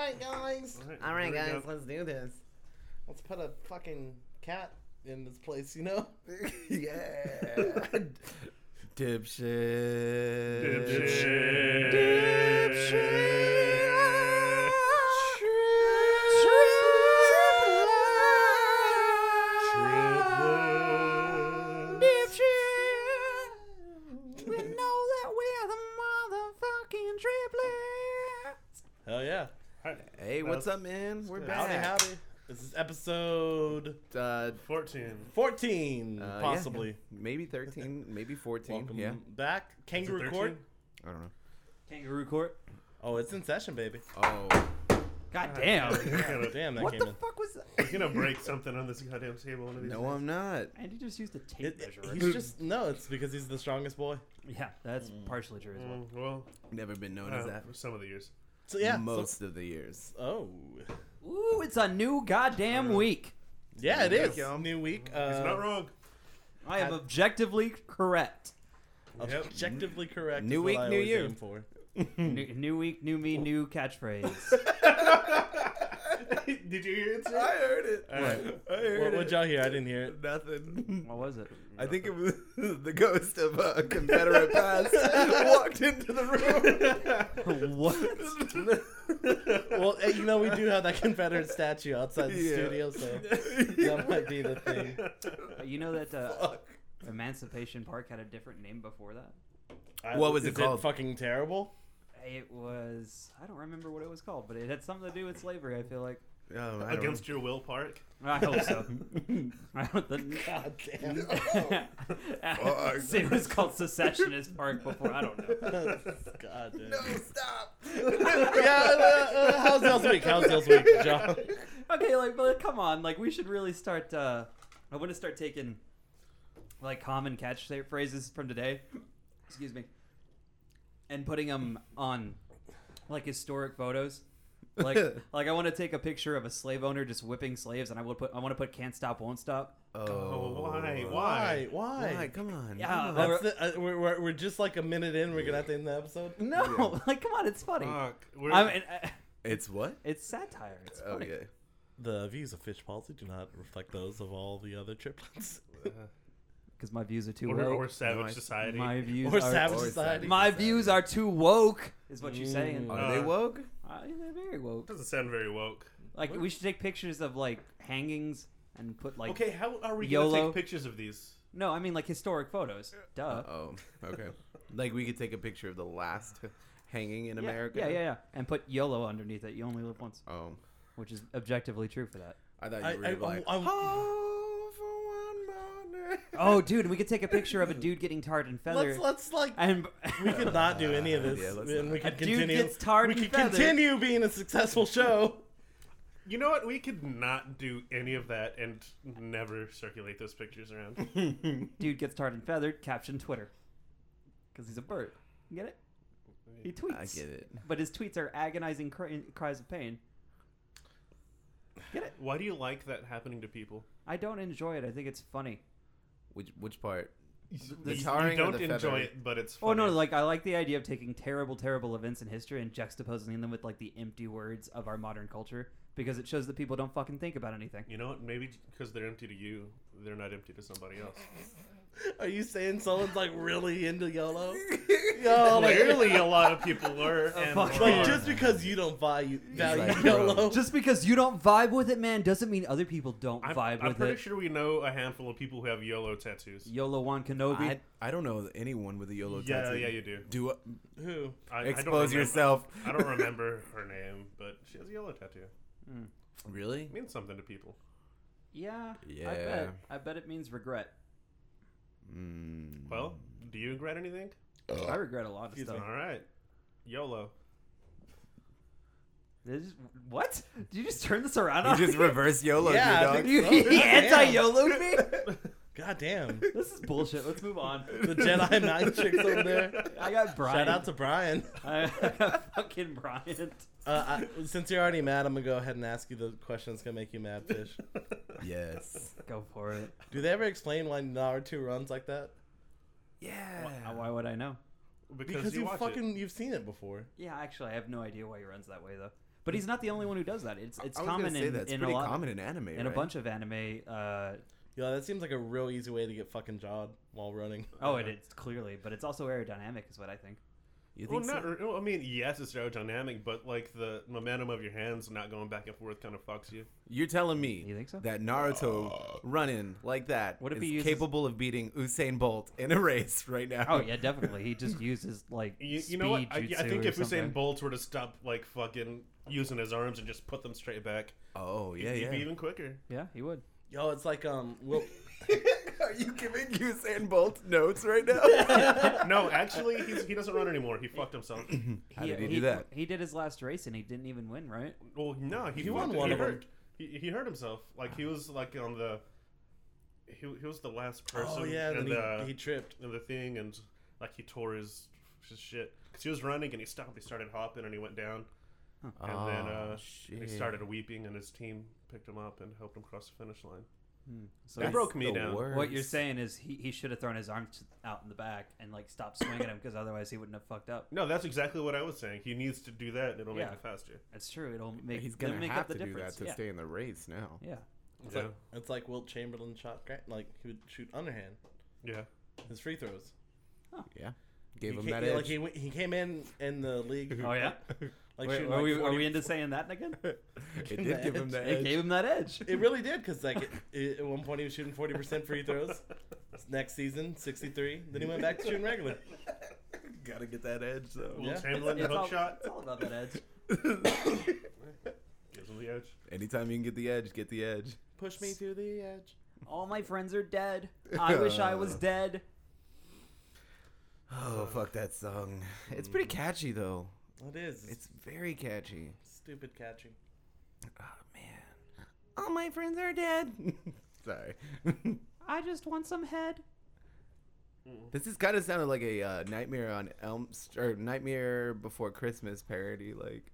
right, guys. All right, here we guys, go. let's do this. Let's put a fucking cat in this place, you know? yeah. Dipshit. Dipshit. Hell yeah. Hey, what's up, man? We're Howdy, back. howdy. This is episode Uh, 14. 14, uh, yeah, possibly. yeah. Maybe 13, maybe 14. Welcome Yeah. back. Kangaroo Court. 13? I don't know. Kangaroo court. Oh, it's in session, baby. Oh. God damn. Damn, that what came the in. fuck was that? He's gonna break something on this goddamn table. One of these No, I'm not. Andy just used a tape It- measure. it- he's just no. It's because he's the strongest boy. yeah, that's partially true as well. Mm, well, Never been known uh, as that. for some of the years. So yeah. so- Most of the years. oh. Mm. Ooh, it's a new goddamn week. Yeah, it There you is. go. New week. It's not Uh, wrong. I am objectively correct. Yep. objectively correct. New is what week, I new always you. aim For. Hmm. new, new week, new me, new catchphrase. Did you hear it? I sir? heard it. All right. I heard What it. would y'all hear? I didn't hear it. Nothing. what was it? I think it was the ghost of a Confederate past walked into the room. what? Well, eh, you know we do have that Confederate statue outside the Yeah. studio, so Yeah. that might be the thing. Uh, You know that uh, Fuck. Emancipation Park had a different name before that? I- What was it is called? fucking terrible. It was. I don't remember what it was called, but it had something to do with slavery, I feel like. Oh, I don't- Against your will, Park. I hope so. I don't think. God damn. Fuck. it was called Secessionist Park before. I don't know. God damn. No, stop. Yeah. Uh, uh, how's y'all's week? How's y'all's week, John? Okay, like, but come on, like, we should really start. uh I want to start taking like common catch phrases from today. Excuse me, and putting them on like historic photos. Like, like I want to take a picture of a slave owner just whipping slaves, and I would put. I want to put "can't stop, won't stop." Oh, Oh, why? Why? Why? Why? Why? Come on. Yeah, come on. That's the, uh, we're, we're, we're just like a minute in. We're gonna have to end the episode. No, like, come on, it's funny. Fuck. We're, I mean, uh, it's what? it's satire. It's funny. Okay. The views of Fish Palsy do not reflect those of all the other triplets. Because my views are too we're, woke. we're savage Nice. society. My views or are Savage or Society. Savage. my views are too woke. Is what you're Mm. saying. Are they Uh, woke? Uh, they're very woke. Doesn't sound very woke. Like we should take pictures of like hangings and put like. Okay, how are we gonna YOLO. take pictures of these? No, I mean like historic photos. Uh, Duh. Oh, okay. like we could take a picture of the last hanging in yeah, America. Yeah, yeah, yeah. And put YOLO underneath it. You only live once, Oh, which is objectively true for that. I thought you I, were I, gonna be like. I- I- "Oh, for one moment." Oh, dude, we could take a picture of a dude getting tarred and feathered. let's let's like and we could not do any of this, Yeah, let's and we A could dude continue. gets tarred we and could feathered. continue being a successful show. You know what? We could not do any of that and never circulate those pictures around. dude gets tarred and feathered. Caption Twitter. Because he's a bird. You get it? He tweets. I get it. But his tweets are agonizing cr- cries of pain. Why do you like that happening to people? I don't enjoy it. I think it's funny. Which which part? You- tarring or you don't the enjoy feather? it, but it's. Oh Funny. no! Like I like the idea of taking terrible, terrible events in history and juxtaposing them with like the empty words of our modern culture because it shows that people don't fucking think about anything. You know what? Maybe because they're empty to you, they're not empty to somebody else. Are you saying someone's like really into YOLO? Yo, like, Clearly, a lot of people are. and fuck. are. like just because you don't value, value like, bro. YOLO. Just because you don't vibe with it, man, doesn't mean other people don't I'm, vibe I'm with pretty it. sure we know a handful of people who have YOLO tattoos. Yolo Wan Kenobi. I, I don't know anyone with a YOLO yeah, tattoo. yeah, you do. Do I- Who? I, I don't expose remember- yourself. I don't remember her name, but she has a yellow tattoo. Really? It means something to people. yeah, I bet. Yeah. I bet it means regret. Mm. Well, do you regret anything? I regret a lot of Excuse stuff. All right. YOLO. This is- what? Did you just turn this around? you on just me? reverse YOLO, Yeah, I dog. think you Oh, he yeah. anti-YOLO'd me. God damn, This is bullshit. Let's move on. the Jedi Mind tricks over there. I got Brian. Shout out to Brian. I got fucking Brian. Uh, I, since you're already mad, I'm gonna go ahead and ask you the question that's gonna make you mad, Fish. Yes. Go for it. Do they ever explain why Naruto runs like that? Uh, Yeah. Why would I know? Because, Because you you watch fucking you've seen it before. Yeah, actually, I have no idea why he runs that way though. But he's not the only one who does that. It's it's I was gonna common say in, that's in a pretty lot common in anime. in a right? bunch of anime. Uh, Yeah, that seems like a real easy way to get fucking jawed while running. oh, it is clearly, but it's also aerodynamic, is what I think. You Well, think not. so? re- Well, I mean, yes, it's aerodynamic, but like the momentum of your hands not going back and forth kind of fucks you. You're telling me You think so? that Naruto running like that Oh. What if is he uses- capable of beating Usain Bolt in a race right now? Oh yeah, definitely. He just uses like You, speed you know what? I, jutsu I think or if Usain something. Bolt were to stop like fucking using his arms and just put them straight back, Oh yeah, he'd yeah. be even quicker. yeah, he would. Yo, it's like um, Will. Are you giving Usain Bolt notes right now? no, actually, he's, he doesn't run anymore. He fucked himself. How did he do that? He did his last race and he didn't even win, right? Well, no, he, He won fucked- one he of 'em. hurt. He, he hurt himself. Like he was like on the. He, he was the last person. uh, Oh yeah, in then the, he, he tripped. in the thing, and like he tore his, his shit because he was running and he stopped. He started hopping and he went down. And then Oh, uh, he shit. started weeping, and his team picked him up and helped him cross the finish line. So That he's- broke me the down. what you're worst. saying is he, he should have thrown his arms out in the back and like stopped swinging him because otherwise he wouldn't have fucked up. No, that's exactly what I was saying. He needs to do that, and it'll Yeah. make it faster. That's true. It'll make He's it'll gonna make have up the to do difference. that to yeah. stay in the race now. Yeah. It's Yeah. like it's like Wilt Chamberlain shot gra- like he would shoot underhand Yeah, his free throws. Yeah, gave he him ca- that yeah, edge. Like he, went- he came in in the league. Oh yeah. Like Wait, shooting are like we 40 are we into saying that again? it him did the give him edge. that It edge. gave him that edge. It really did because like it, it, at one point he was shooting forty percent free throws. Next season, sixty three. Then he went back to shooting regular. Gotta get that edge though. Will Yeah. Chamberlain it's, hook all, shot it's all about that edge. gives him the edge. Anytime you can get the edge, get the edge. Push me to the edge. All my friends are dead. I wish I was dead. Oh fuck that song. It's pretty catchy though. It is. It's It's very catchy. stupid catchy. Oh man. All my friends are dead. Sorry. I just want some head. this is kind of sounded like a uh, Nightmare on Elm St- or Nightmare Before Christmas parody. Like,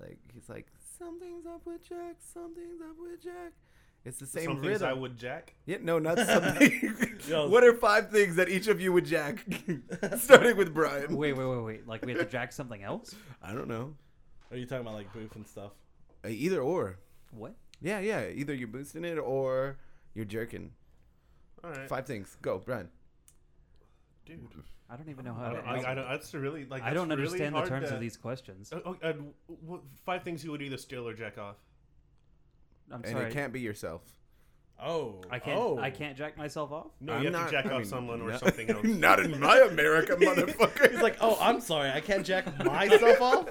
like he's like, something's up with Jack. Something's up with Jack. It's the same Some things rhythm. I would jack. yeah, no, not something. Yo. what are five things that each of you would Jack? Starting with Brian. Wait, wait, wait, wait. Like we have to jack something else? I don't know. Are you talking about like boof and stuff? Uh, Either or. What? Yeah, yeah. Either you're boosting it or you're jerking. All right, Five things. Go, Brian. dude. I don't even know I how to don't, I, I answer. don't, that's really like. I don't that's really understand the hard terms to- of these questions. Oh, oh, uh, w- w- five things you would either steal or jack off. I'm and sorry. it can't be yourself. Oh, I can't Oh. I can't jack myself off? No, I'm you have not- to jack I off mean, someone or no- something else. Not in my America, motherfucker. He's like, oh, I'm sorry, I can't jack myself off.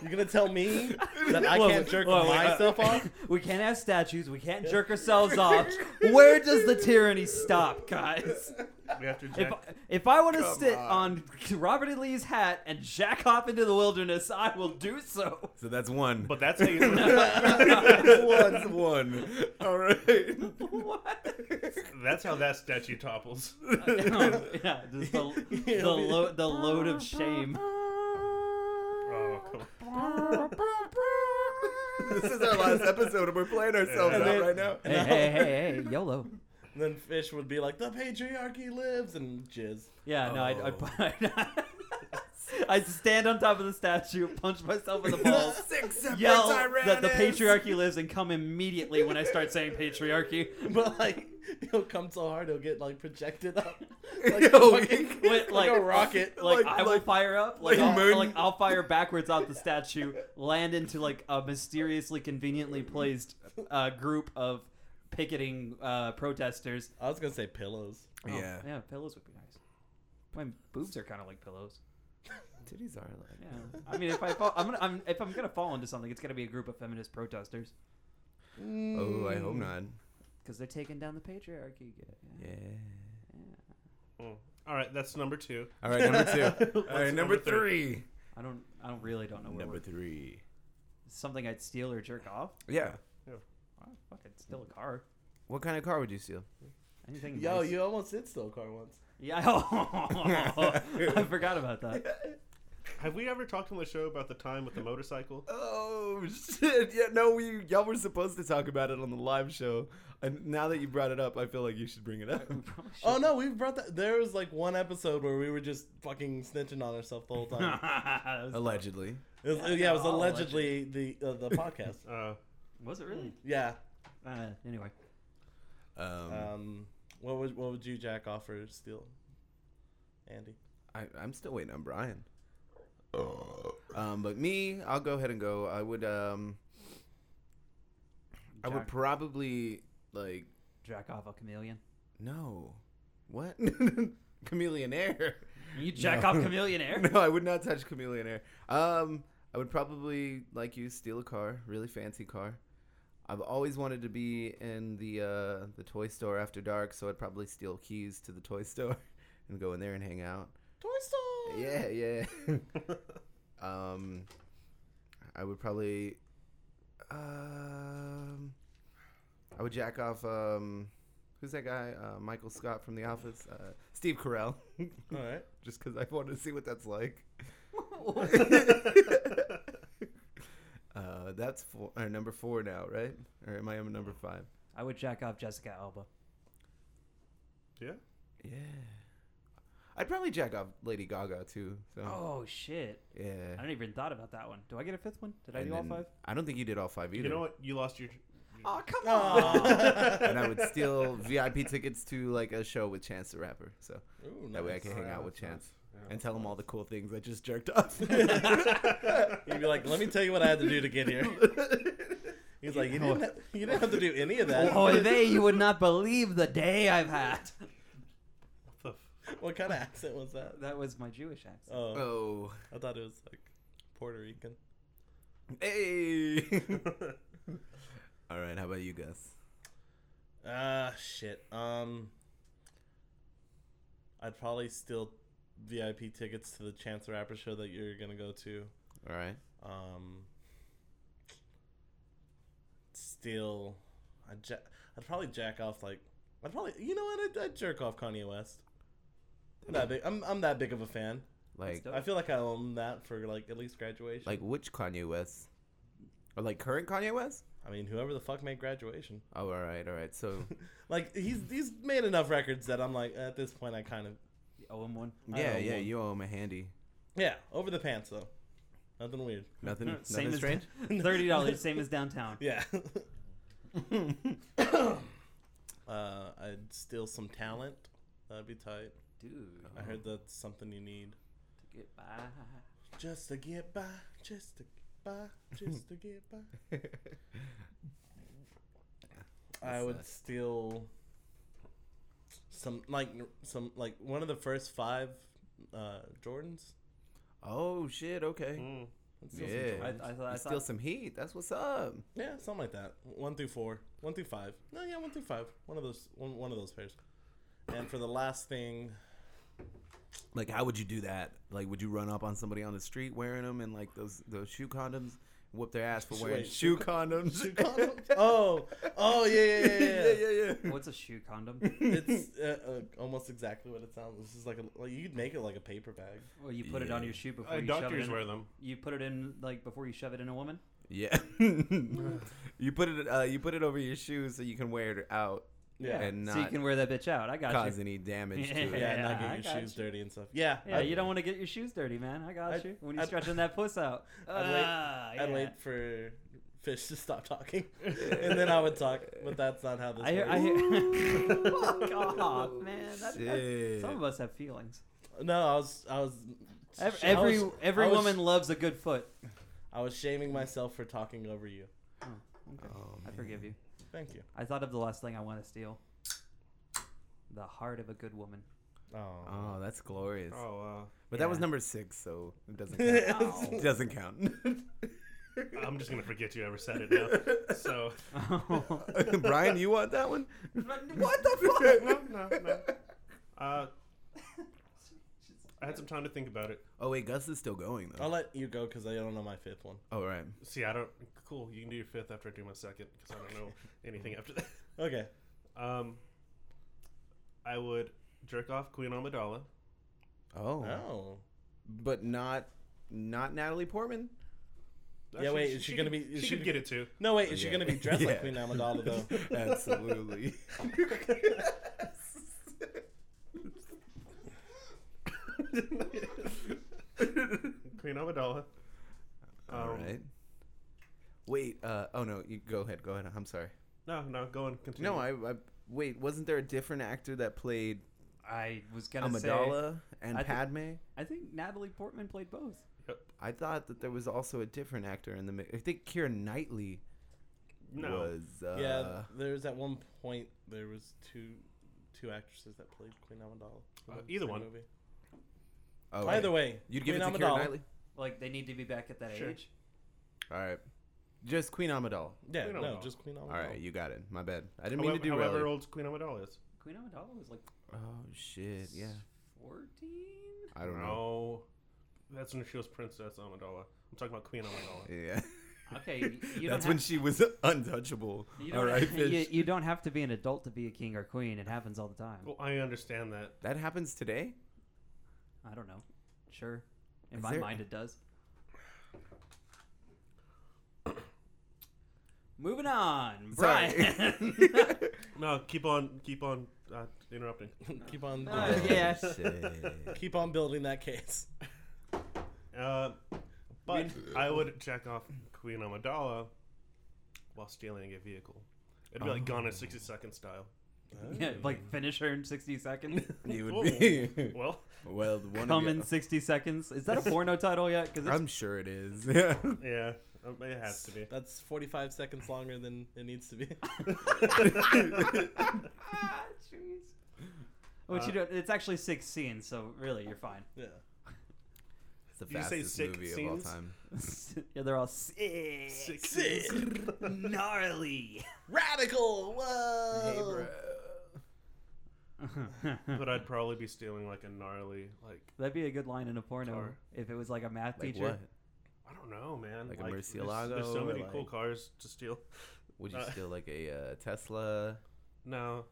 You're gonna tell me that I Whoa, can't jerk whoa, wait, uh, myself off? We can't have statues. We can't jerk ourselves off. Where does the tyranny stop, guys? We have to If, jack. if I want to Come sit on. on. Robert E. Lee's hat and jack off into the wilderness, I will do so. so that's one. But that's how you. that's one. All right. what? that's how that statue topples. Um, yeah, just the, the, lo- the load of shame. Oh, come on. this is our last episode, and we're playing ourselves And out then- right now. Hey, hey, hey, hey, YOLO. And then Fish would be like, the patriarchy lives and jizz. Yeah, no, I'd, Oh. I'd, I'd, I'd stand on top of the statue, punch myself in the balls, Six separate yell tyrants. that the patriarchy lives, and come immediately when I start saying patriarchy. But like, he'll come so hard he'll get like projected up, like, Yo, a fucking- he- like Wait, like- a rocket. Like, Like- I will like- fire up, like, like I'll, moon- like I'll fire backwards off the statue, land into like a mysteriously conveniently placed uh, group of picketing uh, protesters. I was gonna say pillows. Oh, Yeah. yeah, pillows would be nice. My boobs are kind of like pillows. Titties are like. Yeah, I mean, if I fall, I'm gonna, I'm, if I'm gonna fall into something, it's gonna be a group of feminist protesters Oh, I hope not. because they're taking down the patriarchy. Yeah. Mm. All right, that's number two. All right, number two. All right, What's number number three? three. I don't, I don't really don't know where Number we're, three. something I'd steal or jerk off. Yeah. Oh, fuck, I'd steal a car. What kind of car would you steal? Anything? Yo, nice. you almost did steal a car once. Yeah. I- I forgot about that. Have we ever talked on the show about the time with the motorcycle? Oh shit! Yeah, no, we y'all were supposed to talk about it on the live show, and now that you brought it up, I feel like you should bring it up. Oh no, we brought that. There was like one episode where we were just fucking snitching on ourselves the whole time. That was- Allegedly, It was, yeah, it was Oh, allegedly the uh, the podcast. Uh, Was it really? Yeah. Uh, anyway, um, Um, what would what would you Jack offer Steele? Andy. I, I'm still waiting on Brian. Um, but me, I'll go ahead and go. I would, um, I would Jack. probably like jack off a chameleon. no, what chameleon air. You jack No. off chameleon air? No, I would not touch Chameleon Air. Um, I would probably like you steal a car, really fancy car. I've always wanted to be in the uh, the toy store after dark, so I'd probably steal keys to the toy store and go in there and hang out. Toy Story. Yeah, yeah. um, I would probably um, I would jack off um, who's that guy? Uh, Michael Scott from The Office. Uh, Steve Carell. All right. Just because I want to see what that's like. Uh, that's four, or number four now, right? Or am I on number five? I would jack off Jessica Alba. yeah. Yeah. I'd probably jack off Lady Gaga too. So Oh shit! yeah. I didn't even thought about that one. Do I get a fifth one? Did I And do all then- five? I don't think you did all five either. You know what? You lost your. Oh come Aw. and I would steal VIP tickets to like a show with Chance the Rapper, so Ooh, that way I nice. can hang out with that's nice. Chance Yeah. and tell him all the cool things I just jerked off. He'd be like, "Let me tell you what I had to do to get here." He's like, "You didn't, ha- you didn't have to do any of that. Boy, they you would not believe the day I've had. What the f- Uh, What kind of accent was that?" That was my Jewish accent. Oh, oh, I thought it was like Puerto Rican. hey! all right, how about you guys? Ah, shit. Um, I'd probably steal VIP tickets to the Chance the Rapper show that you're gonna go to. All right. Um, steal. I'd, ja- I'd probably jack off like. I'd probably, you know what? I'd, I'd jerk off Kanye West. I'm that big. I'm, I'm that big of a fan. Like, dope. I feel like I owe him that for like at least graduation. like which Kanye West? Or like current Kanye West? I mean, whoever the fuck made graduation. Oh, all right, all right. So Like he's he's made enough records that I'm like at this point I kind of The OM one. I yeah, owe yeah, one. you owe him a handy. yeah over the pants though. Nothing weird. Nothing, Same nothing as strange. Thirty dollars, same as downtown. Yeah. uh, I'd steal some talent. That'd be tight. Dude, I heard that's something you need. get by. Just to get by, just to get by, just to get by. I That's would that. steal some like some like one of the first five uh, Jordans. oh shit! Okay. Mm. I'd steal some Yeah. I, I Jordans. thought You I steal thought some heat. That's what's up. Yeah, something like that. One through four, one through five. No, yeah, one through five. One of those, one, one of those pairs. And for the last thing, Like, how would you do that? Like, would you run up on somebody on the street wearing them and like those those shoe condoms, whoop their ass for wearing Wait, shoe condoms? Shoe condom? Oh, oh yeah, yeah, yeah, yeah. yeah, yeah, yeah. what's a shoe condom? It's uh, uh, almost exactly what it sounds. This is like a like you could make it like a paper bag. Well, you put it on your shoe before Uh, you shove it doctors in. wear them. You put it in like before you shove it in a woman. Yeah. you put it uh, you put it over your shoe so you can wear it out Yeah. and so you not can wear that bitch out. I got cause you. any damage to it. Yeah, and not Yeah, I get got your shoes you. dirty and stuff. Yeah, Yeah, I'd, you don't want to get your shoes dirty, man. I got I'd- you. When you're I'd- stretching that puss out. I'd wait- Ah, I'd yeah. wait for fish to stop talking, and then I would talk. But that's not how this I hear. works. I hear Ooh. Fuck off, man. That, that, Shit. some of us have feelings. no, I was, I was. Every I was- every, every I was- woman loves a good foot. I was shaming myself for talking over you. Okay. Oh, I man. forgive you. Thank you. I thought of the last thing I want to steal. The heart of a good woman. Oh, Oh, that's glorious. Oh, wow. But that was Yeah. number six, so it doesn't count. Ow. it doesn't count. uh, I'm just gonna forget you ever said it now. So Brian, you want that one? what the no, no, no. Uh, I had some time to think about it. Oh wait, Gus is still going I'll though. let you go because I don't know my fifth one. Oh right. See, I don't. Cool. You can do your fifth after I do my second because I don't know anything after that. Okay. Um, I would jerk off Queen Amidala. Oh. Oh, But not not Natalie Portman. Yeah, wait, is she gonna could- be- is She, she could gonna- get it too. No, wait, is she Yeah. gonna be dressed like Yeah. Queen Amidala though? Absolutely. Queen Amidala. Um, All right. Wait. Uh, oh no. You go ahead. Go ahead. I'm sorry. No, no, go and continue. No. I, I. Wait. Wasn't there a different actor that played I was gonna say. Amidala and I thi- Padme? I think Natalie Portman played both. I thought that there was also a different actor in the. mi- I think Keira Knightley no. was. Uh, yeah, there was at one point there was two two actresses that played Queen Amidala. in Uh, the either same one. Movie. oh, Either okay. way, You'd give Queen it to Keira Amidala. Knightley. Like they need to be back at that Sure. age. All right. Just Queen Amidala. Yeah, Queen no, Amidala. just Queen Amidala. All right, you got it. My bad. I didn't However, mean to do however really. old Queen Amidala is. Queen Amidala was like Oh shit! Yeah, fourteen. I don't know. No. That's when she was Princess Amidala. I'm talking about Queen Amidala. Yeah, Okay, you don't that's have- when she was untouchable. You All don't, right, you, fish. you don't have to be an adult to be a king or queen. It happens all the time. well, I understand that. That happens today. I don't know. Sure. In Is my there- mind, it does. Moving on, Sorry. Brian. No, keep on, keep on uh, interrupting. keep on Uh, building- yeah. shit. keep on building that case. Uh, but I would check off Queen Amidala while stealing a vehicle. It'd be like Oh. Gone in 60 Seconds style. Yeah, like finish her in sixty seconds. You Whoa. would be Well, well. the One Come of in you, sixty seconds. Is that a porno title yet? Because I'm sure it is. Yeah. yeah, um, it has to be. That's 45 seconds longer than it needs to be. ah, jeez. What Uh, you do? It's actually six scenes, so really, you're fine. Yeah. It's the Did you say fastest sick movie scenes? of all time. yeah, they're all sick, Six. gnarly. Radical. Whoa. but I'd probably be stealing like a gnarly, like That'd be a good line in a porno Car. if it was like a math Like teacher. what? I don't know, man. Like a there's- There's, Murcielago so or many cool like- cars to steal. Would you Uh, steal like a uh, Tesla? No,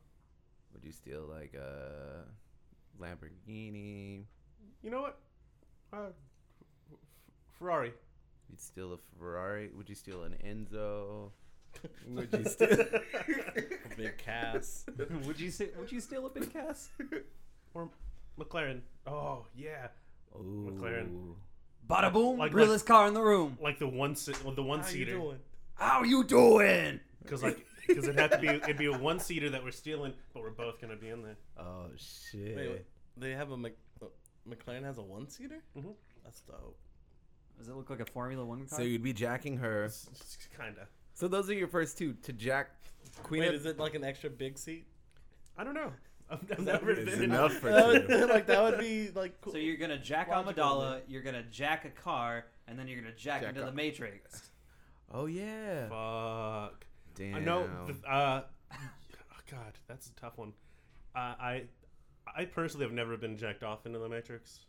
Would you steal like a Lamborghini? you know what? Uh, F- Ferrari. You'd steal a Ferrari? Would you steal an Enzo? Would you steal? A Big cast. would you say? Would you steal a big cast? or McLaren. Oh yeah, McLaren. Ooh. Bada boom! Like- realest car in the room. like the one se- well, the one How you seater. doing? How you doing? Because like, because it had to be, it'd be a one seater that we're stealing, but we're both gonna be in there. Oh shit! Wait, wait. They have a Mc- uh, McLaren has a one seater. Mm-hmm. Mhm. That's dope. Does it look like a Formula One car? So you'd be jacking her. S- s- Kinda. So those are your first two to jack. Queen Wait, of- is it like an extra big seat? I don't know. I've, I've never It's been. enough for That would, two. Uh, like that would be like cool. So you're gonna jack Logical, Amidala, you're gonna jack a car, and then you're gonna jack, Jack into the up. Matrix. Oh yeah! Fuck. Damn. I know. th- Uh, oh God, that's a tough one. Uh, I, I personally have never been jacked off into the Matrix,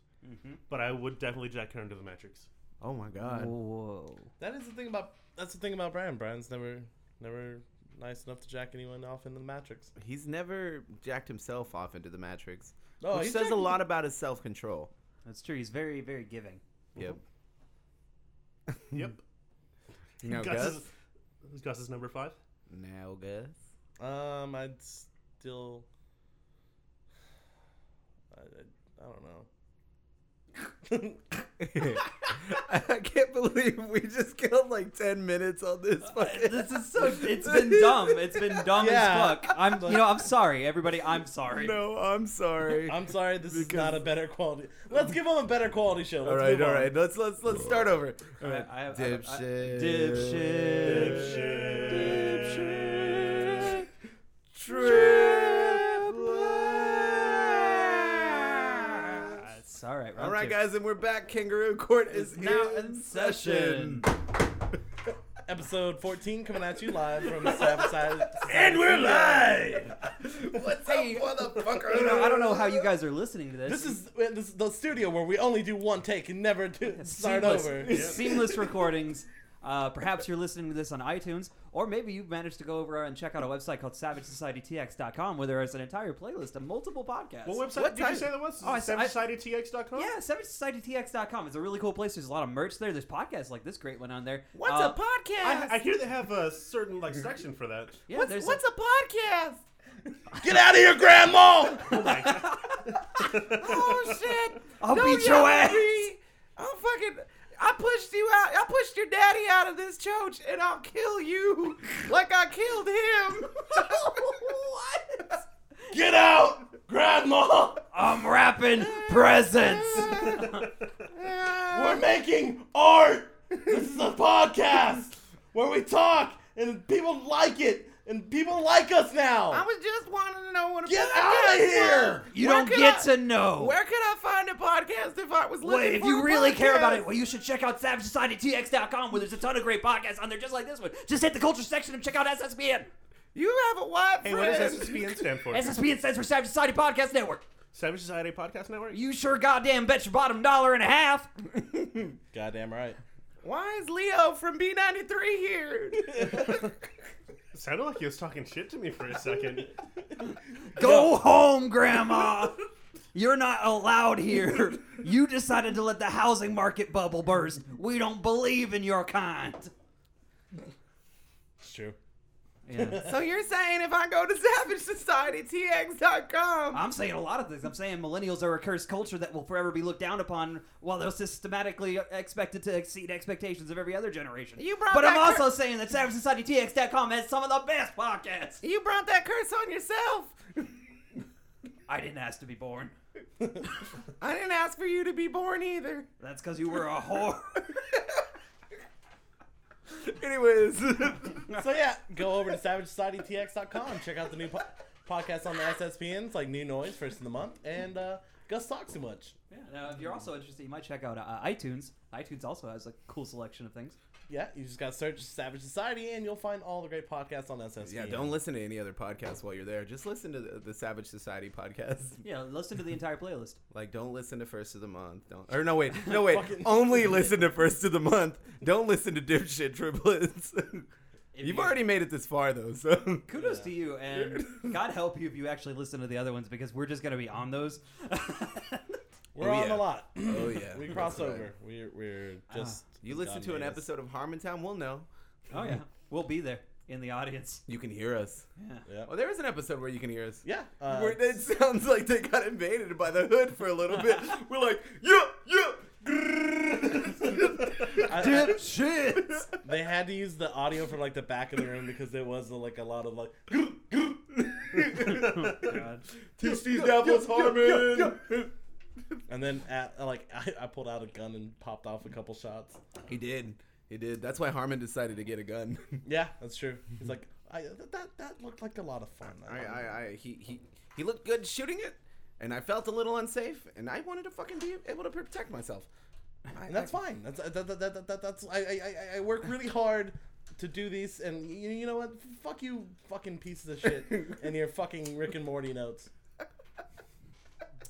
but I would definitely jack her into the Matrix. oh my god. Whoa! That is the thing about that's the thing about Brian. Brian's never never nice enough to jack anyone off into the Matrix. He's never jacked himself off into the Matrix, Oh, which he's says a jacked- lot about his self control. That's true. He's very, very giving. Yep. Yep. Hmm. You know, Gus, Gus. is, is Gus is number five. Now Gus. Um, I'd still. I, I, I don't know. I can't believe we just killed like ten minutes on this. fucking- Uh, This is so. It's been dumb. It's been dumb Yeah. as fuck. I'm. You know. I'm sorry, everybody. I'm sorry. No, I'm sorry. I'm sorry, this is Because- not a better quality. Let's give him a better quality show. Let's all right, move all on. right. Let's let's let's start over. All I- right. I- I- I- dipshit. Dipshit. Dipshit. Triplet. It's all right. All round right, two. guys, and we're back. Kangaroo Court is now in, in session. session. Episode 14 coming at you live from Savage Side. And we're live. What's up, motherfucker? You know, I don't know how you guys are listening to this. This is this is the studio where we only do one take and never do start seamless, over. seamless recordings. Uh, perhaps you're listening to this on iTunes, or maybe you've managed to go over and check out a website called SavageSocietyTX.com, where there is an entire playlist of multiple podcasts. What website What did time- you say that was? Oh, I s- I- SavageSocietyTX.com? yeah, SavageSocietyTX.com is a really cool place. There's a lot of merch there. There's podcasts like this great one on there. What's Uh, a podcast? I, I hear they have a certain like section for that. Yeah, what's there's a- what's a, podcast? Get out of here, Grandma! Oh my god. Oh shit! I'll No, beat y'all your ass. agree. I'll fucking. I pushed you out. I pushed your daddy out of this church, and I'll kill you like I killed him. what? Get out, Grandma! I'm wrapping presents. We're making art! This is a podcast where we talk and people like it and people like us now! I was just wanting to know what a Get podcast out of here! was. You Where don't could get I, to know. Where could I find a podcast if I was looking Wait, if for you a really care about podcast? it, well, you should check out SavageSocietyTX.com where there's a ton of great podcasts on there just like this one. Just hit the culture section and check out SSBN. you have a wide Hey, what friend. does SSPN stand for? SSBN stands for Savage Society Podcast Network. Savage Society Podcast Network? You sure goddamn bet your bottom dollar and a half. Goddamn right. Why is Leo from B93 here? It sounded like he was talking shit to me for a second. Go home, Grandma. You're not allowed here. You decided to let the housing market bubble burst. We don't believe in your kind. It's true. Yeah. so you're saying if I go to SavageSocietyTX.com, I'm saying a lot of things. I'm saying millennials are a cursed culture that will forever be looked down upon while they're systematically expected to exceed expectations of every other generation. You brought but I'm back also saying that SavageSocietyTX.com has some of the best podcasts. you brought that curse on yourself. I didn't ask to be born. I didn't ask for you to be born either. That's because you were a whore. Anyways, So yeah, go over to SavageSocietyTX.com, check out the new po- podcast on the SSPN. It's like new noise, first in the month, and uh, Gus talks too much. yeah, now, if you're also interested, you might check out uh, iTunes. iTunes also has a cool selection of things. Yeah, you just got to search Savage Society, and you'll find all the great podcasts on SSPN. yeah, don't listen to any other podcasts while you're there. Just listen to the, the Savage Society podcast. Yeah, listen to the entire playlist. Like, don't listen to First of the Month. Don't or no wait, no wait. Only listen to First of the Month. Don't listen to Dipshit Triplets. If You've you- already made it this far though, so Kudos to you, and God help you if you actually listen to the other ones because we're just going to be on those. We're Oh, on yeah. a lot. Oh yeah, we that's cross right. Ah, over. We're, we're just. You listen God to an made us. episode of Harmontown, we'll know. Oh yeah, we'll be there in the audience. You can hear us. Yeah. Yeah. Oh, there is an episode where you can hear us. Yeah. Uh, Where it sounds like they got invaded by the hood for a little bit. We're like, yeah, yeah. grrrr." I- I- shit. they had to use the audio for like the back of the room because there was like a lot of like Teach these devils Harmon. and then at, like I, I pulled out a gun and popped off a couple shots He did. He did. That's why Harmon decided to get a gun. yeah that's true he's like I, that that looked like a lot of fun I, I, I, he, he, he looked good shooting it, and I felt a little unsafe, and I wanted to fucking be able to protect myself. I, and that's fine that's that, that, that, that, that's I, I I- I work really hard to do these and you, you know what fuck you fucking pieces of shit and your fucking Rick and Morty notes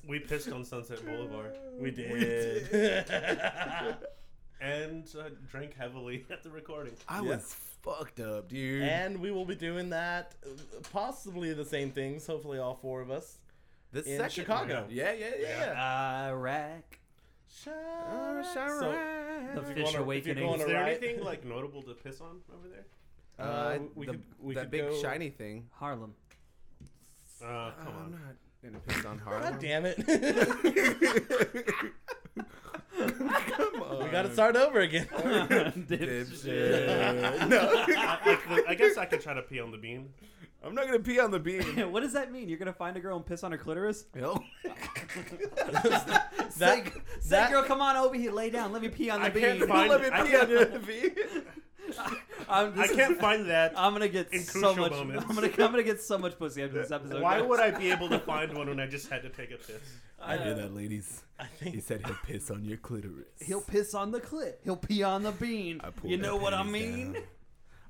We pissed on Sunset Boulevard we did, and uh, drank heavily at the recording. I Yeah. was fucked up, dude. and we will be doing that uh, possibly the same things hopefully all four of us the in second Chicago. Yeah, yeah, yeah. Iraq. Shara, The if you're going fish to- if you're awakening. going Is to- there Alright. anything like notable to piss on over there? Uh, Uh, we the, could- we that could big go- Oh, shiny thing. Oh, Harlem. Uh, come I'm on. not gonna piss on God Harlem. damn it. Come on. we got to start over again. Dipshit. no, I, could- I guess I could try to pee on the bean. I'm not gonna pee on the bean. what does that mean? You're gonna find a girl and piss on her clitoris? No. that, Say, say, that- girl, come on over here, lay down, let me pee on the I can't bean. find- Let me I pee can't- on the bean. I'm, I this is- can't find that. I'm gonna get in so crucial much. moments. I'm gonna, I'm gonna get so much pussy after this episode. Why guys. would I be able to find one when I just had to take a piss? I Uh, hear that, ladies. I think He said he'll piss on your clitoris. He'll piss on the clit. He'll pee on the bean. I pulled You her know what I panties mean? down.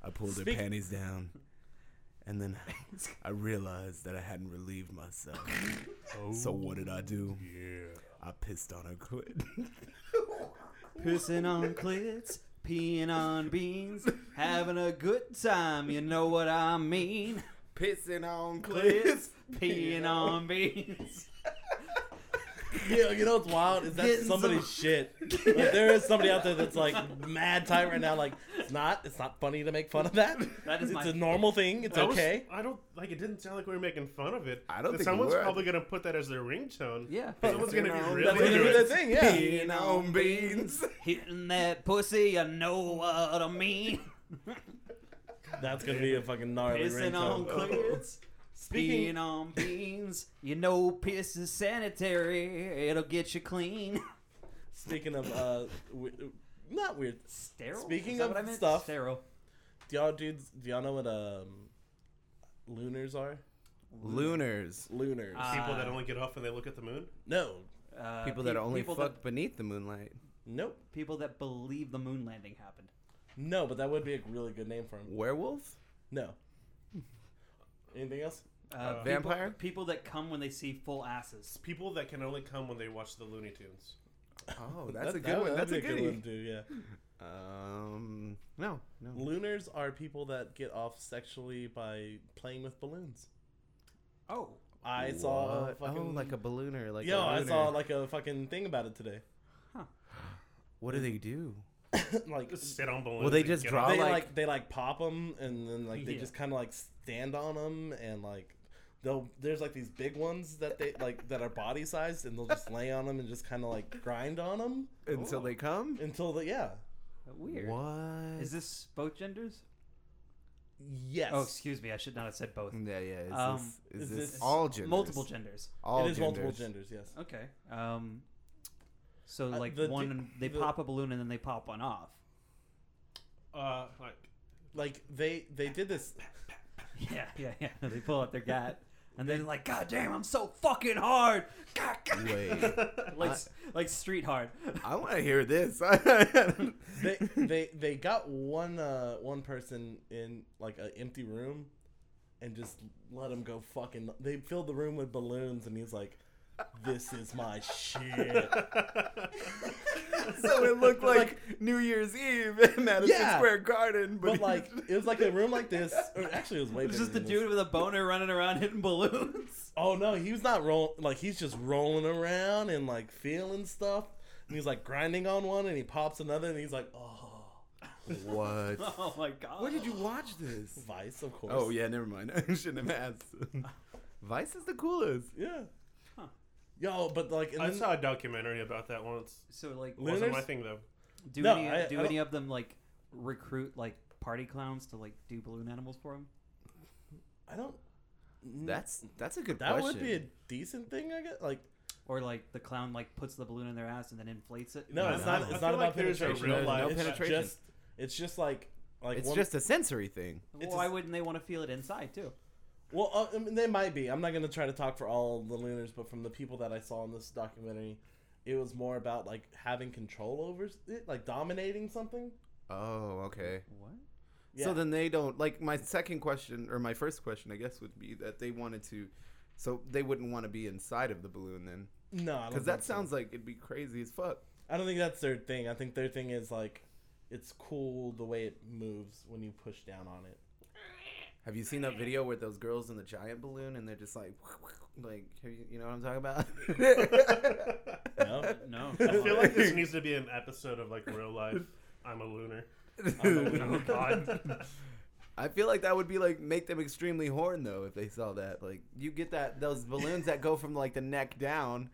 I pulled Speak- her panties down, and then I realized that I hadn't relieved myself. So what did I do? Yeah. I pissed on her clit. Pissing on clits, peeing on beans, having a good time. You know what I mean? Pissing on Clits, cliffs. peeing on beans. Yeah, you know what's wild is that's Getting somebody's some- shit. Like there is somebody out there that's like mad tight right now. Like it's not. It's not funny to make fun of that. That is it's my- a normal thing. It's That was- okay. I don't like. It didn't sound like we were making fun of it. I don't But think we someone's were. probably gonna put that as their ringtone. Yeah. Someone's gonna Pissing be on really That's cliffs. gonna be their into it. thing. Yeah. Peeing on beans. Hitting that pussy, you know what I mean? That's gonna be a fucking gnarly Pissing on ringtone. clits. Speaking Speaking. on beans, you know piss is sanitary. It'll get you clean. Speaking of uh, we- not weird. Sterile. Speaking Is that of what I meant? stuff- sterile. Do y'all dudes? Do y'all know what um, lunars are? Lunars. Lunars. Uh, People that only get off when they look at the moon. no. Uh, People pe- that only people fuck That, beneath the moonlight. Nope. people that believe the moon landing happened. No, but that would be a really good name for him. Werewolf? No. Anything else? Uh, Uh, people- vampire? People, that come when they see full asses. People that can only come when they watch the Looney Tunes. Oh, That- that's a that good one. would That's a be good one one. too. Yeah. Um, no, no. Lunars are people that get off sexually by playing with balloons. Oh, I saw a What? fucking oh, like a ballooner. Like yo, a I looner. saw like a fucking thing about it today. What do they do? like Just sit on balloons. Well, they and just get draw off. they like- like, they like pop them and then like they Yeah. just kind of like stand on them and like they'll there's like these big ones that they like that are body sized and they'll just lay on them and just kind of like grind on them Until they come. until the yeah weird. What? Is this both genders? yes Oh, excuse me. I should not have said both. Yeah, yeah. Is Um, this, is is this this all genders? Multiple genders. All it is multiple genders. genders yes Okay. Um, so Uh, like the di- one, they the- pop a balloon and then they pop one off. Uh, like like they they did this Yeah, yeah, yeah. They pull out their gat and they're like, "God damn, I'm so fucking hard." God, God." Wait, Uh, like like street hard. I want to hear this. they they they got one uh one person in like an empty room and just let him go fucking they filled the room with balloons and he's like this is my shit so it looked like, New Year's Eve in Madison Yeah. Square Garden, but, but like it was like a room like this or actually it was way It's bigger just the than dude this. with a boner running around hitting balloons. oh no he was not rolling like he's just rolling around and like feeling stuff and he's like grinding on one and he pops another and he's like oh what? Oh my god. Where did you watch this? vice of course Oh yeah, never mind. I shouldn't have asked. Vice is the coolest. yeah Huh. yo but like and I then- saw a documentary about that once. So like, It wasn't my Lunars? thing though. do No, any I- do I any of them like recruit like party clowns to like do balloon animals for them? i don't That's that's a good That would question. be a decent thing, I guess. Like, Or like the clown like puts the balloon in their ass and then inflates it. no, I it's don't not. know. It's not I feel like about there's a penetration. real It's life- just- penetration. Just, it's just like, like it's one- just a sensory thing. it's Why just- wouldn't they want to feel it inside too? Well, uh, I mean, they might be. I'm not gonna try to talk for all the lunars, but from the people that I saw in this documentary, it was more about like having control over s- it, like dominating something. Oh, okay. What? Yeah. So then they don't like my second question or my first question, I guess, would be that they wanted to, so they wouldn't want to be inside of the balloon then, no, I don't because think that so. sounds like it'd be crazy as fuck. I don't think that's their thing. I think their thing is like, it's cool the way it moves when you push down on it. Have you seen that video where those girls in the giant balloon and they're just like, like, have you, you know what I'm talking about? No. No. I feel like this needs to be an episode of like real life. I'm a lunar. Oh God. I feel like that would be like make them extremely horn though if they saw that. Like you get that those balloons that go from like the neck down,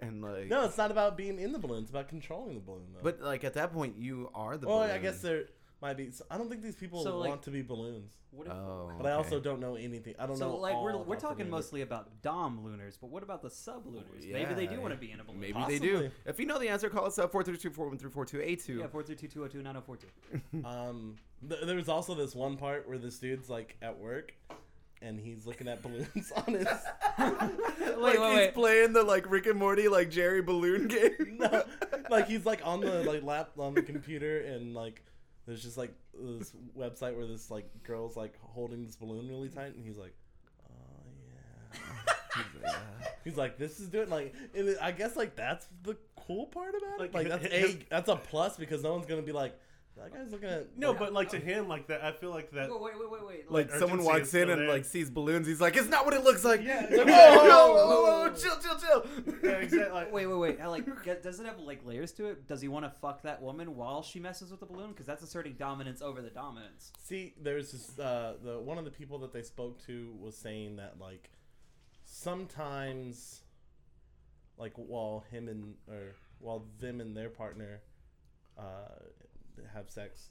and like No, it's not about being in the balloon. It's about controlling the balloon. Though. But like at that point, you are the. Well, balloon. I guess there might be. So I don't think these people So, like- want to be balloons. What if, Oh, But I also okay. don't know anything. I don't know. so like we're, all we're about the talking lunar. mostly about dom lunars, but what about the sub lunars? Maybe they do Yeah. want to be in a balloon. Maybe they do. Possibly. If you know the answer, call us up four three two four one three four two eight two. Yeah, four three two two zero two nine zero four two. Um, th- there was also this one part where this dude's like at work, and he's looking at balloons on his. Wait, Like wait, he's wait. playing the like Rick and Morty like Jerry balloon game. No, like he's like on the like lap on the computer, and like there's just like this website where this like girl's like holding this balloon really tight, and he's like, oh yeah. He's like, this is doing like, and it- I guess like that's the cool part about it. Like, Like, that's his- a that's a plus because no one's gonna be like, That guy's looking at No, but like to him, like that, I feel like that. Wait, wait, wait, wait, wait. Like Like, someone urgency is walks still in and there. like sees balloons, he's like, "It's not what it looks like." Yeah, It's like, exactly. whoa, whoa, whoa, whoa, whoa, chill, chill, chill. Yeah, exactly. Like, Wait, wait, wait. I, Like, get- does it have like layers to it? Does he want to fuck that woman while she messes with the balloon? Because that's asserting dominance over the dominance. See, there's this uh, the one of the people that they spoke to was saying that like sometimes, like while him and or while them and their partner uh, have sex,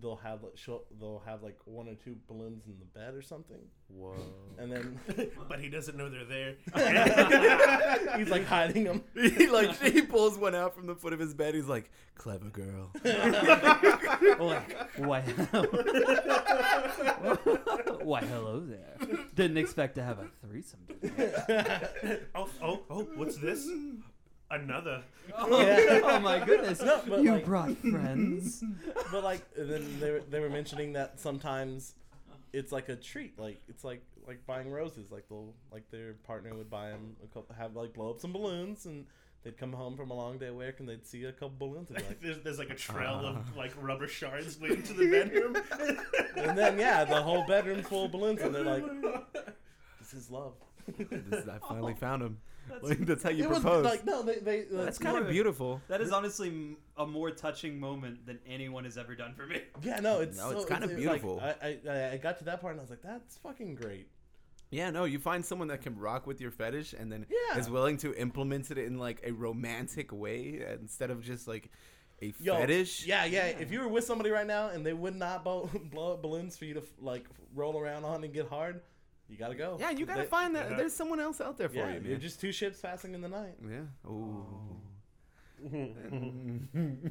they'll have like she'll, they'll have like one or two balloons in the bed or something, Whoa. and then but he doesn't know they're there. he's like hiding them. he like he pulls one out from the foot of his bed. He's like, "Clever girl." Like, why? why? Hello there. Didn't expect to have a threesome. Today. oh, oh, oh, what's this? Another. Oh, Yeah. oh my goodness! No, but, you like- brought friends. But like and then they were, they were mentioning that sometimes it's like a treat, like it's like like buying roses, like they'll like their partner would buy them a couple, have like blow up some balloons, and they'd come home from a long day at work and they'd see a couple balloons, and, be like, There's, there's like a trail of like rubber shards leading to the bedroom. and then yeah, the whole bedroom full of balloons, and they're like, this is love. This is, I finally found him. That's, That's- like, that's how you it was propose. like no, they they that's uh, kind of more- beautiful. That is honestly m- a more touching moment than anyone has ever done for me. yeah no, it's No, so- it's kinda like, beautiful. I, I- I I got to that part and I was like, that's fucking great. Yeah, no, you find someone that can rock with your fetish and then Yeah. is willing to implement it in like a romantic way instead of just like a Yo, fetish. Yeah, yeah, If you were with somebody right now and they would not blow, blow up balloons for you to like roll around on and get hard, you gotta go. Yeah, you gotta They- find that Yeah. there's someone else out there for Yeah, you, you're man. just two ships passing in the night. yeah. Ooh. Hmm,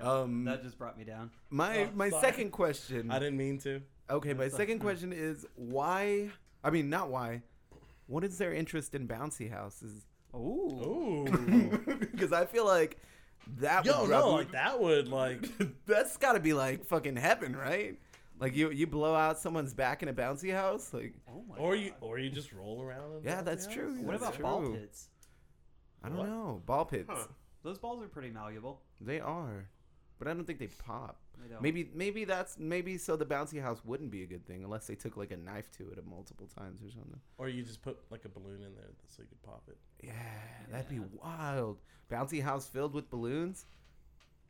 um, That just brought me down. my Oh, my sorry. second question. I didn't Hmm. mean to. Okay, my That's second question is why? I mean, not why. What is their interest in bouncy houses? Ooh. Ooh. Because I feel like that Yo, would Oh grab no, me- like that would like. that's got to be like fucking heaven, right? Like you you blow out someone's back in a bouncy house, like Oh my Or God. you, or you just roll around. in Yeah, bouncy that's house. true. What That's about true. ball pits? I don't What? know, ball pits. Huh. Those balls are pretty malleable. They are, but I don't think they pop. They don't. Maybe maybe that's maybe so the bouncy house wouldn't be a good thing unless they took like a knife to it multiple times or something. Or you just put like a balloon in there so you could pop it. Yeah, that'd be wild. Bouncy house filled with balloons.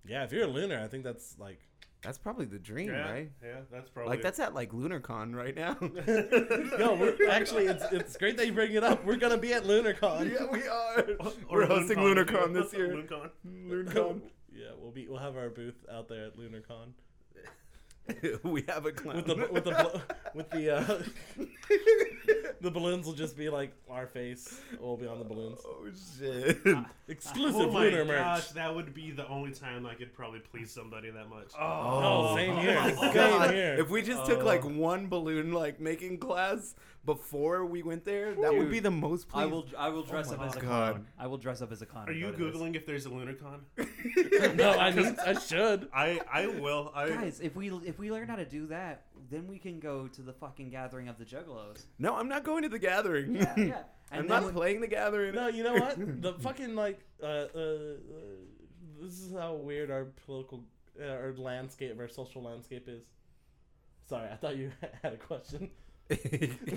Yeah, if you're a lunar, I think that's like. That's probably the dream, yeah, right? yeah, that's probably Like that's at like LunarCon right now. Yo, we're actually it's it's great that you bring it up. We're gonna be at LunarCon. yeah, we are. Or We're hosting Looncon. LunarCon this year. Looncon. LunarCon. yeah, we'll be we'll have our booth out there at LunarCon. we have a clown. with the with the blo- with the uh, the balloons will just be like our face will be on the balloons. Oh shit! Exclusive Oh my lunar merch. gosh, that would be the only time I could probably please somebody that much. Oh, same here. my Same God. here. If we just took like one balloon like making class before we went there, that would Dude, be the most. Pleased. I will. I will dress my up as a God. clown. I will dress up as a clown. Are and you go to this. googling if there's a LunarCon? no, I need, I should. I I will. I Guys, if we if we learn how to do that, then we can go to the fucking gathering of the juggalos. No, I'm not going to the gathering. Yeah, yeah. I'm And not then we- playing the gathering. No, you know what? The fucking like uh, uh, uh this is how weird our political uh, our landscape, our social landscape is. Sorry, I thought you had a question.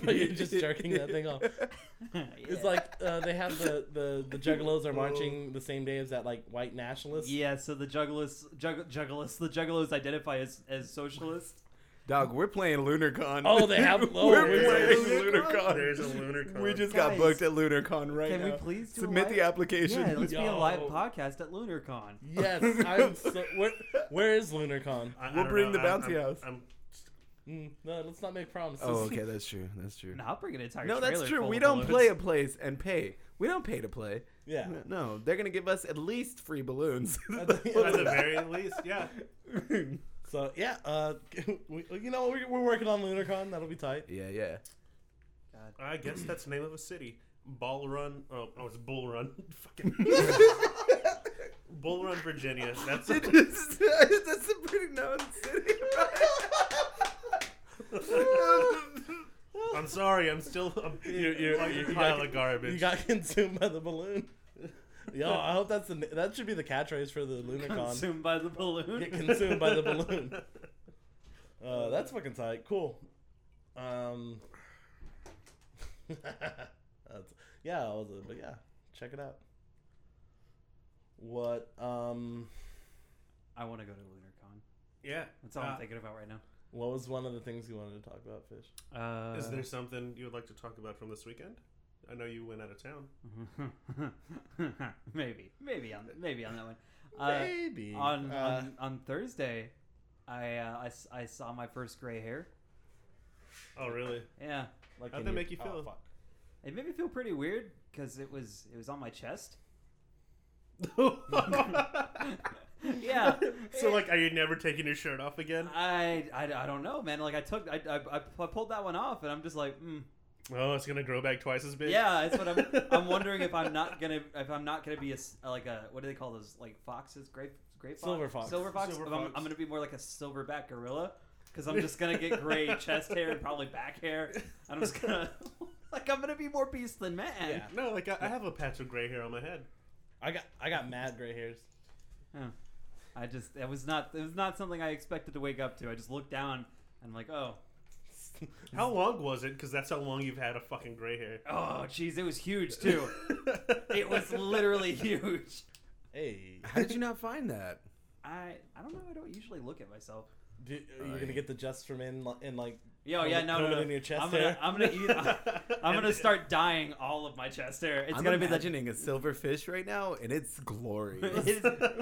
You're just jerking that thing off. It's Yeah. like uh, they have the, the the juggalos are marching the same day as that like white nationalist. yeah. So the juggalos, jugg- juggalos, the juggalos identify as as socialists. Dog, we're playing LunarCon. Oh, they have- oh, we're there's playing a LunarCon. LunarCon. There's a LunarCon. We just got Guys, booked at LunarCon right can now. we please do a submit live- the application? Yeah, let's be a live Yo. podcast at LunarCon. Yes, I'm so. Where, where is LunarCon? I- I We'll don't bring know. the I'm- bouncy I'm- house. I'm- Mm, no, let's not make promises. oh, okay, that's true. That's true. No, I'll bring an entire. No, that's trailer true. full We of don't balloons. play a place and pay. We don't pay to play. yeah. No, they're gonna give us at least free balloons. at the very least, yeah. So yeah, uh, we, you know we're, we're working on LunarCon. That'll be tight. yeah, yeah. God. I guess that's the name of a city. Ball Run. Oh, oh it's Bull Run. Fucking. Bull Run, Virginia. That's a, It is- that's a pretty known city. I'm sorry. I'm still a big You- you- fucking you- you pile got- of garbage. You got consumed by the balloon. Yo, I hope that's the na- that should be the catchphrase for the Lunicon. Consumed by the balloon. Get consumed by the balloon. Uh, that's fucking tight. Cool. Um. that's, yeah, I was, but yeah, check it out. What? Um. I want to go to LunarCon. yeah. That's all Uh, I'm thinking about right now. What was one of the things you wanted to talk about, Fish? Uh, Is there something you would like to talk about from this weekend? I know you went out of town. maybe, maybe on maybe on that one. Uh, Maybe on, Uh, on on Thursday, I, uh, I s- I saw my first gray hair. Oh, really? Yeah, like How'd in that your- make you oh, feel? fuck. it made me feel pretty weird because it was it was on my chest. yeah. so, like, are you never taking your shirt off again? Uh, I, I, I don't know, man. Like I took I, I, I pulled that one off, and I'm just like, mm, Oh, it's gonna grow back twice as big. yeah, that's what I'm. I'm wondering if I'm not gonna if I'm not gonna be a s- like a what do they call those like foxes grape grape fox? Silver fox. silver fox. Silver If I'm, fox. I'm gonna be more like a silverback gorilla because I'm just gonna get gray chest hair and probably back hair, and I'm just gonna like I'm gonna be more beast than man. Yeah. No, like I, I have a patch of gray hair on my head. I got I got mad gray hairs. I just it was not it was not something I expected to wake up to. I just looked down and I'm like oh How long was it? Because that's how long you've had a fucking gray hair. oh jeez it was huge too. it was literally huge. Hey, How did you not find that? I I don't know. I don't usually look at myself. do, are you gonna Right. get the just from in li- in like Yo, Comb yeah, it- no, comb no, it no. in your chest I'm gonna, hair? I'm gonna, eat, I'm gonna start dyeing all of my chest hair. It's I'm gonna be the. imagining a silverfish right now, and it's glorious.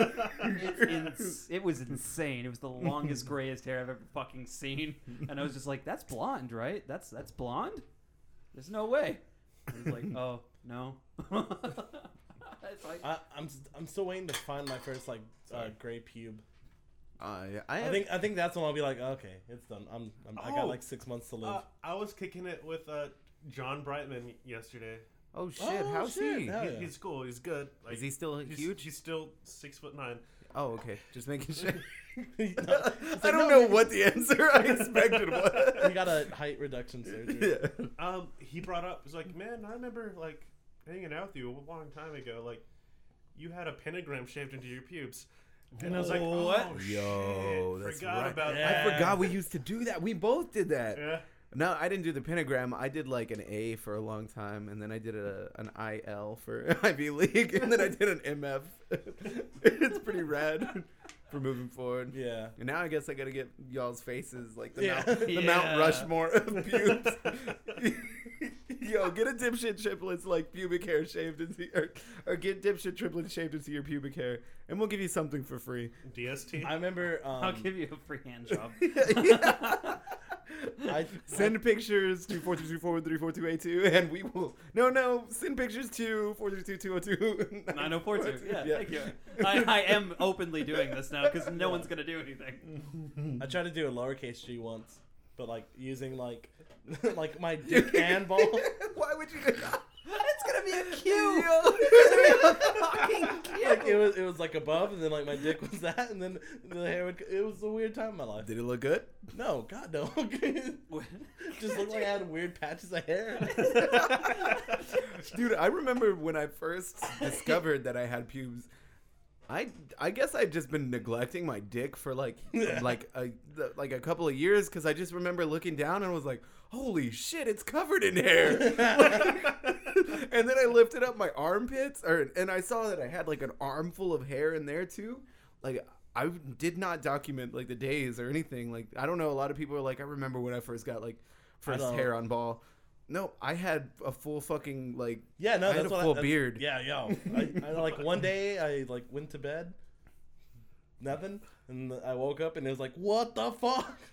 It's ins- it was insane. It was the longest grayest hair I've ever fucking seen, and I was just like, "That's blonde, right? That's that's blonde. There's no way." I was like, "Oh no." it's like, I, I'm st- I'm still waiting to find my first like uh, gray pube. Uh, I, I think I think that's when I'll be like, okay, it's done. I'm, I'm I Oh. got like six months to live. Uh, I was kicking it with uh, John Brightman yesterday. Oh shit! Oh, how's shit, he? hell He- yeah. He's cool. He's good. Like, Is he still he's, huge? He's still six foot nine. Oh, okay. Just making sure. It's like, I no, don't know maybe- what the answer I expected was. He got a height reduction surgery. Yeah. Um, he brought up. He's like, man, I remember like hanging out with you a long time ago. Like, you had a pentagram shaved into your pubes, and I was like, What? oh, Yo, shit. that's forgot right. about Yeah. that. I forgot we used to do that. We both did that. Yeah. No, I didn't do the pentagram. I did like an A for a long time, and then I did a, an IL for Ivy League, and then I did an MF. it's pretty rad for moving forward. Yeah. And now I guess I gotta get y'all's faces like the, Yeah. Mount, the Mount Yeah. Rushmore of pubes. Yo, get a dipshit triplets like pubic hair shaved into or, or get dipshit triplets shaved into your pubic hair, and we'll give you something for free. DST. I remember. Um, I'll give you a free hand job. I, Send pictures to 43241 and we will. No, no, send pictures to 4322029. 9042. Yeah, Yeah. thank you. I, I am openly doing this now because no one's gonna do anything. I tried to do a lowercase g once, but like using like like my dick and ball. Why would you do that? It's gonna be a cue. Yo. Like it was it was like above, and then like my dick was that, and then the hair would. It was a weird time in my life. Did it look good? No, God no. Just looked like I had weird patches of hair. Dude, I remember when I first discovered that I had pubes. I, I guess I'd just been neglecting my dick for like like a the- like a couple of years because I just remember looking down and was like, holy shit, it's covered in hair. and then I lifted up my armpits, or and I saw that I had like an armful of hair in there too. Like I did not document like the days or anything. Like I don't know. A lot of people are like, I remember when I first got like first don't- hair on ball. No, I had a full fucking like. Yeah, no, I had that's a what I, full that's- beard. Yeah, yo, I, I like one day I like went to bed, nothing, and I woke up and it was like, what the fuck?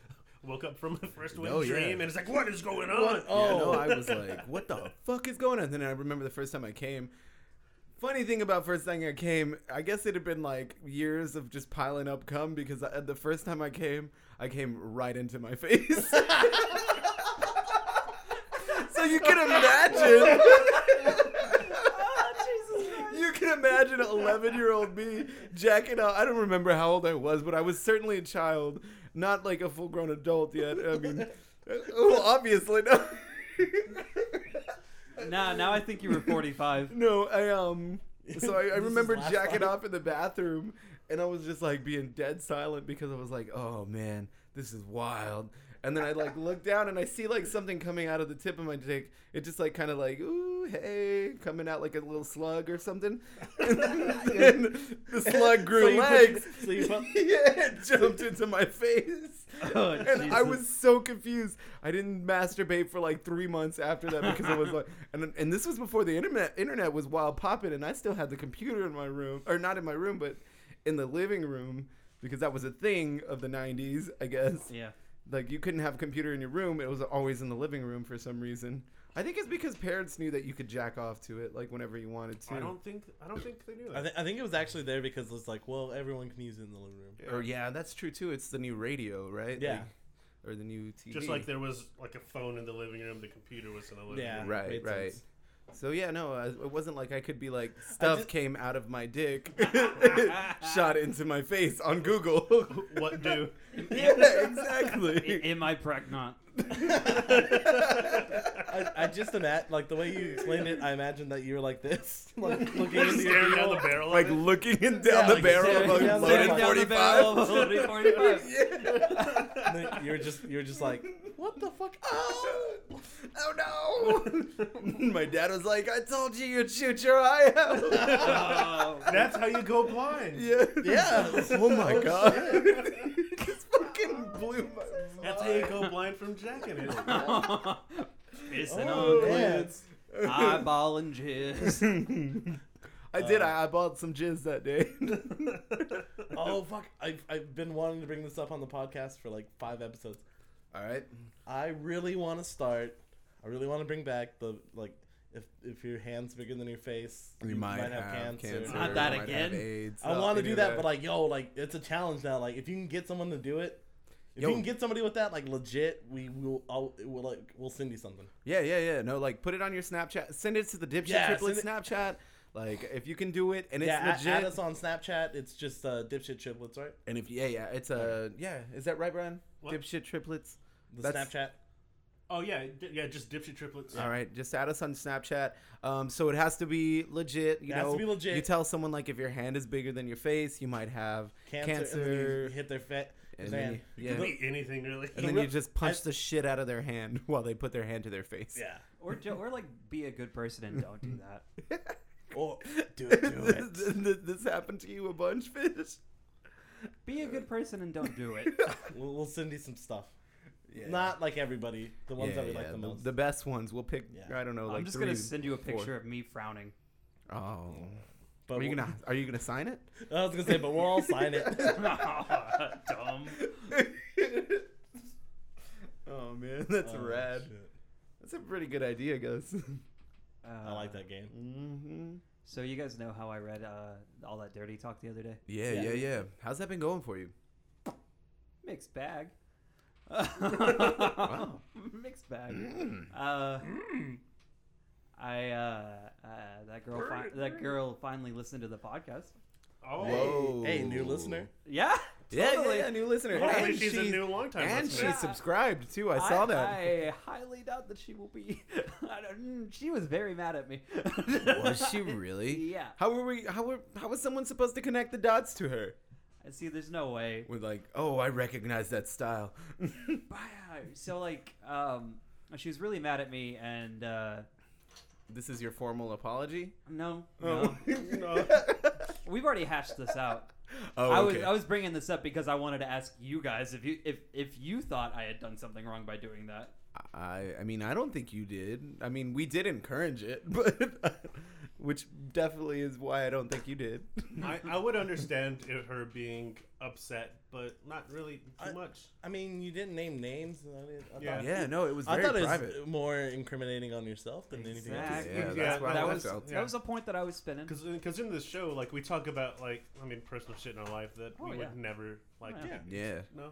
Woke up from the first wind No, yeah. dream, and it's like, what is going on? What? Yeah, Oh, no, I was like, what the fuck is going on? And then I remember the first time I came. Funny thing about first time I came, I guess it had been like years of just piling up cum because I, the first time I came, I came right into my face. so you can imagine. You can imagine 11 year old me jacking out. I don't remember how old I was, but I was certainly a child, not like a full grown adult yet. I mean, uh, well, obviously, no. Now, now I think you were 45. no, I, um, So I, I This is remember last jacking night. off in the bathroom, and I was just like being dead silent because I was like, "Oh man, this is wild." And then I like look down and I see like something coming out of the tip of my dick. It just like kind of like, "Ooh, hey," coming out like a little slug or something. and the slug grew So you put- legs. so you put- yeah, it jumped into my face. Oh, and I Jesus. was so confused. I didn't masturbate for like three months after that because I was like, and and this was before the internet internet was wild popping, and I still had the computer in my room, or not in my room, but in the living room because that was a thing of the '90s, I guess. Yeah. Like you couldn't have a computer in your room; it was always in the living room for some reason. I think it's because parents knew that you could jack off to it like whenever you wanted to. I don't think I don't think they knew I, that. th- I think it was actually there because it's like, well, everyone can use it in the living room. Or yeah, that's true too. It's the new radio, right? Yeah. Like- or the new TV. Just like there was like a phone in the living room, the computer was in the living Yeah, room. Right, made right. sense. So yeah, no, I, it wasn't like I could be like stuff just- came out of my dick, shot into my face on Google. What do? yeah, I- exactly. Am I pregnant? I, I just imagine, like the way you explained it, I imagine that you were like this, like looking Just into your staring down the beehole. barrel. like of it. looking in down Yeah, the like barrel staring of a down the loaded barrel. down the barrel of a 45. loaded 45. and then You were just, you were just like, what the fuck? Oh! Oh no! my dad was like, "I told you you'd shoot your eye out." Uh, Oh. That's how you go blind. yeah. Yeah. Oh my god. It's fucking blew my That's how you go blind from jacking it. Pissing Oh, on man. dudes. Eyeballing jizz. I did. I eyeballed some jizz that day. Oh fuck! I've I've been wanting to bring this up on the podcast for like five episodes. All right. I really want to start. I really want to bring back the like if if your hand's bigger than your face, Not that you might have again. AIDS, I want to any do of that, but like yo, like it's a challenge now. Like if you can get someone to do it, if Yo. you can get somebody with that, like legit, we will. I'll, we'll like we'll send you something. yeah, yeah, yeah. No, like put it on your Snapchat. Send it to the dipshit Yeah, triplet send Snapchat. Like if you can do it and it's yeah, a- legit. add us on Snapchat. It's just uh, dipshit triplets, right? and if yeah, yeah, it's a yeah. Is that right, Brian? What? Dipshit triplets. The That's- Snapchat. Oh yeah, d- yeah, just dipshit triplets. All right, just add us on Snapchat. Um, so it has to be legit. You It has to know, be legit. You tell someone like if your hand is bigger than your face, you might have Cancer. cancer. And then you hit their fat. and then you- yeah. Could be anything really. and then re- you just punch I- the shit out of their hand while they put their hand to their face. Yeah. Or, ju- or like be a good person and don't do that. Or do it. Do it. this, this, this happened to you a bunch, fish. Be a good person and don't do it. We'll, we'll send you some stuff. Yeah. Not like everybody. The ones that we like the, most. The best ones. We'll pick. Yeah. I don't know. Like I'm just gonna three, send you a four. picture of me frowning. Oh. but Are you we'll- gonna Are you gonna sign it? I was gonna say, but we'll all sign it. Dumb. oh man, that's Oh, rad. shit. That's a pretty good idea, guys. I like that game. mm-hmm. Uh, So you guys know how I read uh, all that dirty talk the other day? Yeah, Yeah. yeah, yeah. How's that been going for you? Mixed bag. Wow. Mm. Mixed bag. Uh, I uh, uh, that girl fi- that girl finally listened to the podcast. Oh, Whoa. Hey, new listener. Yeah. Yeah, yeah, totally. yeah, new listener. Hopefully And she's a she- new longtime And she listener. she's- Yeah. subscribed too. I saw that. I highly doubt that she will be. I don't, mm, she was very mad at me. Was she really? uh, Yeah. How were we? How were? How was someone supposed to connect the dots to her? I see. There's no way. With like, oh, I recognize that style. Wow. So like, um, she was really mad at me, and uh, this is your formal apology. no, Oh. no, we've already hashed this out. Oh, I was okay. I was bringing this up because I wanted to ask you guys if you if if you thought I had done something wrong by doing that. I, I mean, I don't think you did. I mean, we did encourage it, but which definitely is why I don't think you did. I, I would understand if her being upset, but not really too I- much. I mean, you didn't name names. I, didn't, I Yeah. thought, yeah, no, it was I very thought it private. was more incriminating on yourself than anything else. Exactly. Yeah, that's Yeah, what that I was felt. that was a point that I was spinning. Because because in this show, like we talk about like I mean personal shit in our life that Oh, we yeah. would never like. Oh, yeah. Yeah. No.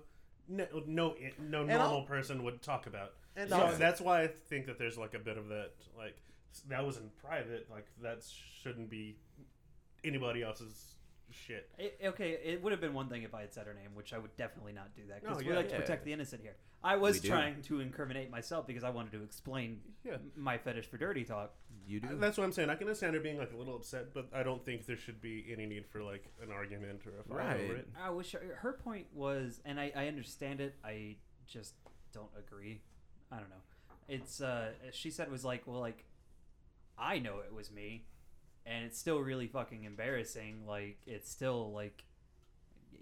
No, no, no I'll- normal person would talk about. And so I'll- that's why I think that there's like a bit of that, like that was in private, like that shouldn't be anybody else's shit. It, okay, it would have been one thing if I had said her name, which I would definitely not do that because No, we yeah, like yeah. to protect the innocent here. I was We do. trying to incriminate myself because I wanted to explain Yeah. m- my fetish for dirty talk. you do. That's what I'm saying. I can understand her being like a little upset, but I don't think there should be any need for like an argument or a fight over Right. it. I wish her, her point was, and I, I understand it. I just don't agree. I don't know. It's uh, she said was like, well, like, I know it was me, and it's still really fucking embarrassing. Like, it's still like,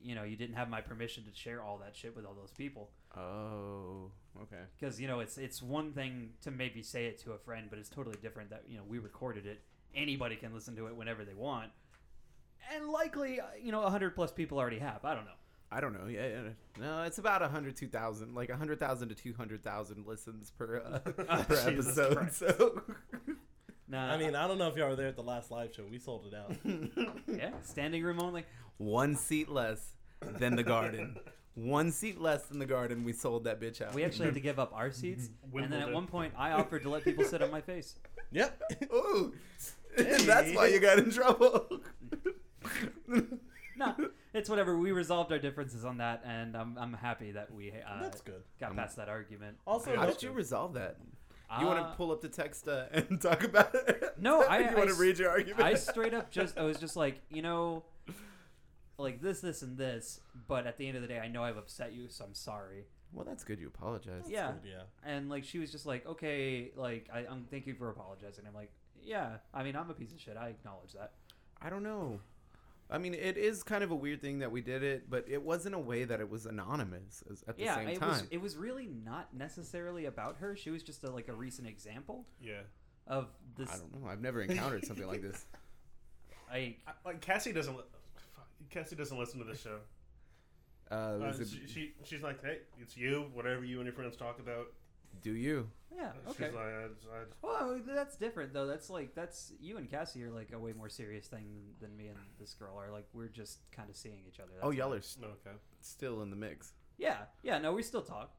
you know, you didn't have my permission to share all that shit with all those people. oh, okay. Because you know, it's it's one thing to maybe say it to a friend, but it's totally different that you know we recorded it. Anybody can listen to it whenever they want, and likely, uh, you know, hundred plus people already have. I don't know. I don't know. Yeah, yeah. no, it's about a hundred two thousand, like a hundred thousand to two hundred thousand listens per uh, per Jesus episode. Christ. So Nah, I mean, I don't know if y'all were there at the last live show. We sold it out. yeah, standing room only. one seat less than the garden. One seat less than the garden. We sold that bitch out. We actually had to give up our seats, and then at Wimbledon. one point, I offered to let people sit on my face. yep. Ooh, that's why you got in trouble. No, it's whatever. We resolved our differences on that, and I'm, I'm happy that we uh, That's good. got past that argument. Also, How no, did you resolve that? Uh, You want to pull up the text uh, and talk about it? No, I- you want I to s- read your argument? I straight up just I was just like you know, like this, this, and this. But at the end of the day, I know I've upset you, so I'm sorry. well, that's good. You apologized. yeah, yeah. and like she was just like, okay, like I, I'm thank you for apologizing. I'm like, yeah, I mean I'm a piece of shit. I acknowledge that. I don't know. I mean, it is kind of a weird thing that we did it, but it wasn't a way that it was anonymous as- at the yeah, same it time. was it was really not necessarily about her. She was just a, like a recent example Yeah. of this. I don't know. I've never encountered something like this. I I, like Cassie doesn't. Li- fuck, Cassie doesn't listen to this show. Uh, Uh, Oh, is it- she, she she's like, hey, it's you. Whatever you and your friends talk about. do you? yeah okay. She's like, I, I, Well, that's different though. That's like that's you and Cassie are like a way more serious thing than, than me and this girl are. Like we're just kind of seeing each other. oh, That's- y'all are s- okay. still in the mix. Yeah, yeah. No, we still talk.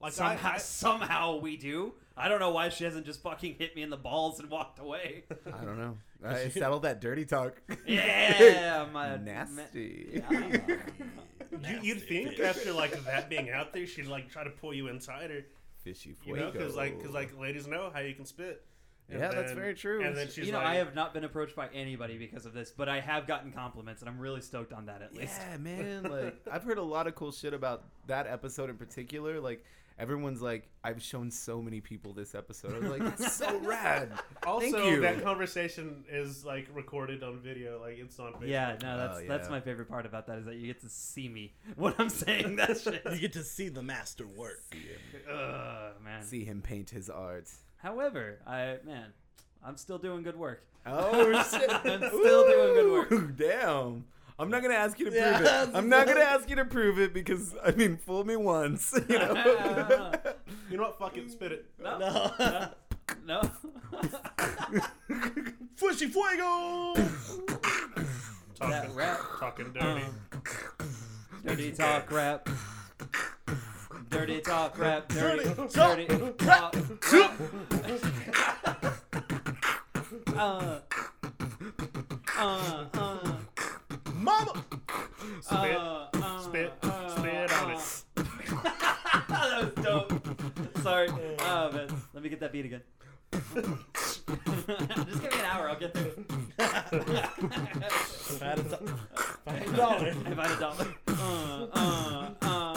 Like somehow, I, I, somehow we do. I don't know why she hasn't just fucking hit me in the balls and walked away. I don't know. I settled that dirty talk. Yeah, my nasty. Yeah. you, you'd Nasty think bitch. after like that being out there, she'd like try to pull you inside her, Fishy you fuego. know, because like because like ladies know how you can spit. And Yeah, that's very true. And then she's you know, like, I have not been approached by anybody because of this, but I have gotten compliments, and I'm really stoked on that at least. Yeah, man. Like I've heard a lot of cool shit about that episode in particular. Like everyone's like, I've shown so many people this episode. I was like, that's so rad. Also, Thank you. that conversation is like recorded on video, like it's on. Facebook. Yeah, no, that's Oh, that's yeah. my favorite part about that is that you get to see me when I'm saying that shit. You get to see the master work. Ugh, man. See him paint his art. However, I man, I'm still doing good work. Oh shit! I'm still doing good work. Ooh, Damn. I'm not gonna ask you to prove Yeah. it. I'm not gonna ask you to prove it because I mean, fool me once. You know? You know what? Fuck it, spit it. No, No. no. Fushy fuego. Talking, rap. um, talking dirty. dirty talk rap. Dirty talk rap. Dirty, Dirty talk dirty talk. rap. uh, uh, uh, Mama. Spit, uh, uh, spit, uh, spit on uh. it. that was dope. Sorry. Oh, man. Let me get that beat again. Just give me an hour. I'll get there. uh. If I had a do- if I had a dollar. if I had a dollar. Uh, uh, uh.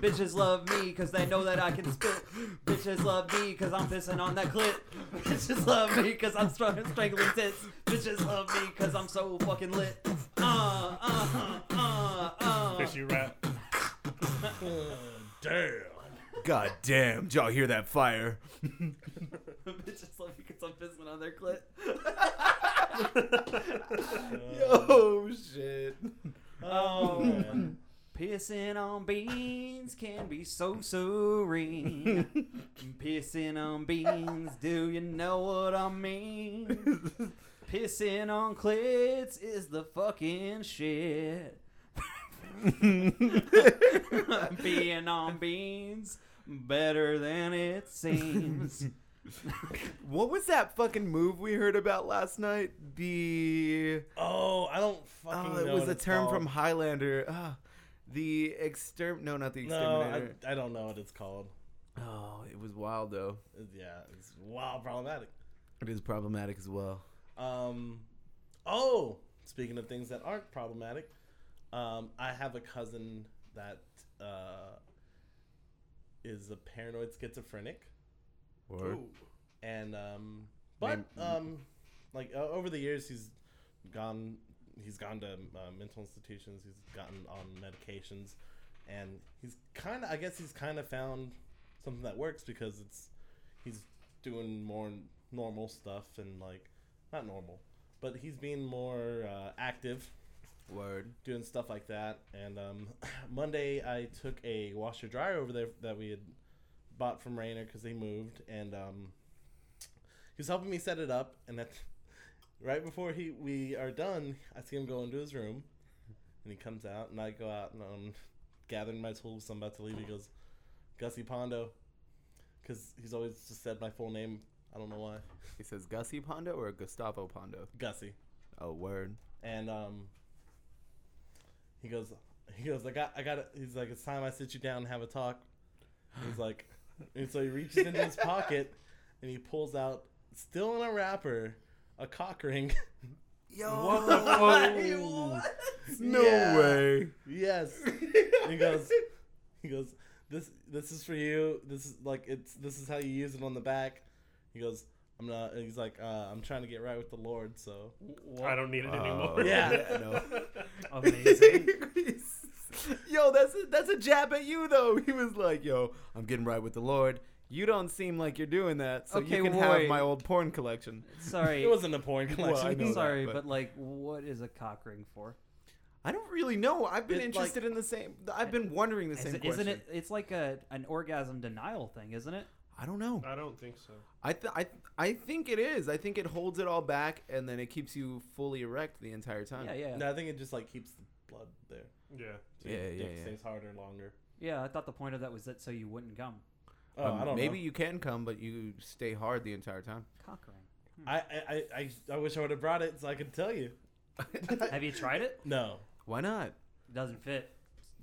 Bitches love me because they know that I can spit. Bitches love me because I'm pissing on that clit. Bitches love me because I'm str- strangling tits. Bitches love me because I'm so fucking lit. Uh, uh, uh, uh. Fishy rap. Damn. God damn! Did y'all hear that fire? Bitches love me because I'm pissing on their clit. Yo, shit. Oh. Man. Pissing on beans can be so serene. Pissing on beans, do you know what I mean? Pissing on clits is the fucking shit. Being on beans, better than it seems. What was that fucking move we heard about last night? The Oh, I don't fucking oh, know. it was what a it's term called. from Highlander. Ah, the exterm no, not the No, exterminator. I, I don't know what it's called. Oh, it was wild though. Yeah, it's wow problematic. It is problematic as well. Um, oh, speaking of things that aren't problematic, um, I have a cousin that uh, is a paranoid schizophrenic, Or and um, but Name- um, like uh, over the years he's gone, he's gone to uh, mental institutions, he's gotten on medications, and he's kind of, I guess he's kind of found something that works because it's he's doing more normal stuff and like not normal, but he's being more uh, active word. doing stuff like that. And um, Monday, I took a washer dryer over there that we had bought from Rainer because they moved, and um, he was helping me set it up. And that right before he we are done, I see him go into his room, and he comes out, and I go out and I'm gathering my tools. I'm about to leave. He goes, Gussie Pondo, because he's always just said my full name. I don't know why, He says Gussie Pondo or Gustavo Pondo. Gussie. Oh, word. and um, he goes, he goes, I got, I got. it." He's like, it's time I sit you down and have a talk. He's like, and so he reaches into his pocket and he pulls out, still in a wrapper, a cock ring. Yo. No No Yeah. way. yes, he goes, he goes, this, this is for you. This is like, it's, this is how you use it on the back. He goes, I'm not. He's like, uh, I'm trying to get right with the Lord, so. I don't need it anymore. Yeah. Amazing. yo, that's a, that's a jab at you though. He was like, "Yo, I'm getting right with the Lord. You don't seem like you're doing that, so Okay, you can wait. have my old porn collection." Sorry. It wasn't a porn Well, I collection. know that, Sorry, but- but... like, what is a cock ring for? I don't really know. I've It, been like- interested in the same. I've been wondering the Is same it, question. isn't it? It's like a an orgasm denial thing, isn't it? I don't know. I don't think so. I th- I th- I think it is. I think it holds it all back, and then it keeps you fully erect the entire time. Yeah, yeah, No, I think it just like keeps the blood there. Yeah. So your Yeah, yeah, dick yeah. Stays harder longer. yeah. I thought the point of that was that so you wouldn't gum. Oh, Um, I don't maybe know. you can come, but you stay hard the entire time. Cock ring. I, I, I, I- I wish I would have brought it so I could tell you. Have you tried it? No, Why not? It doesn't fit.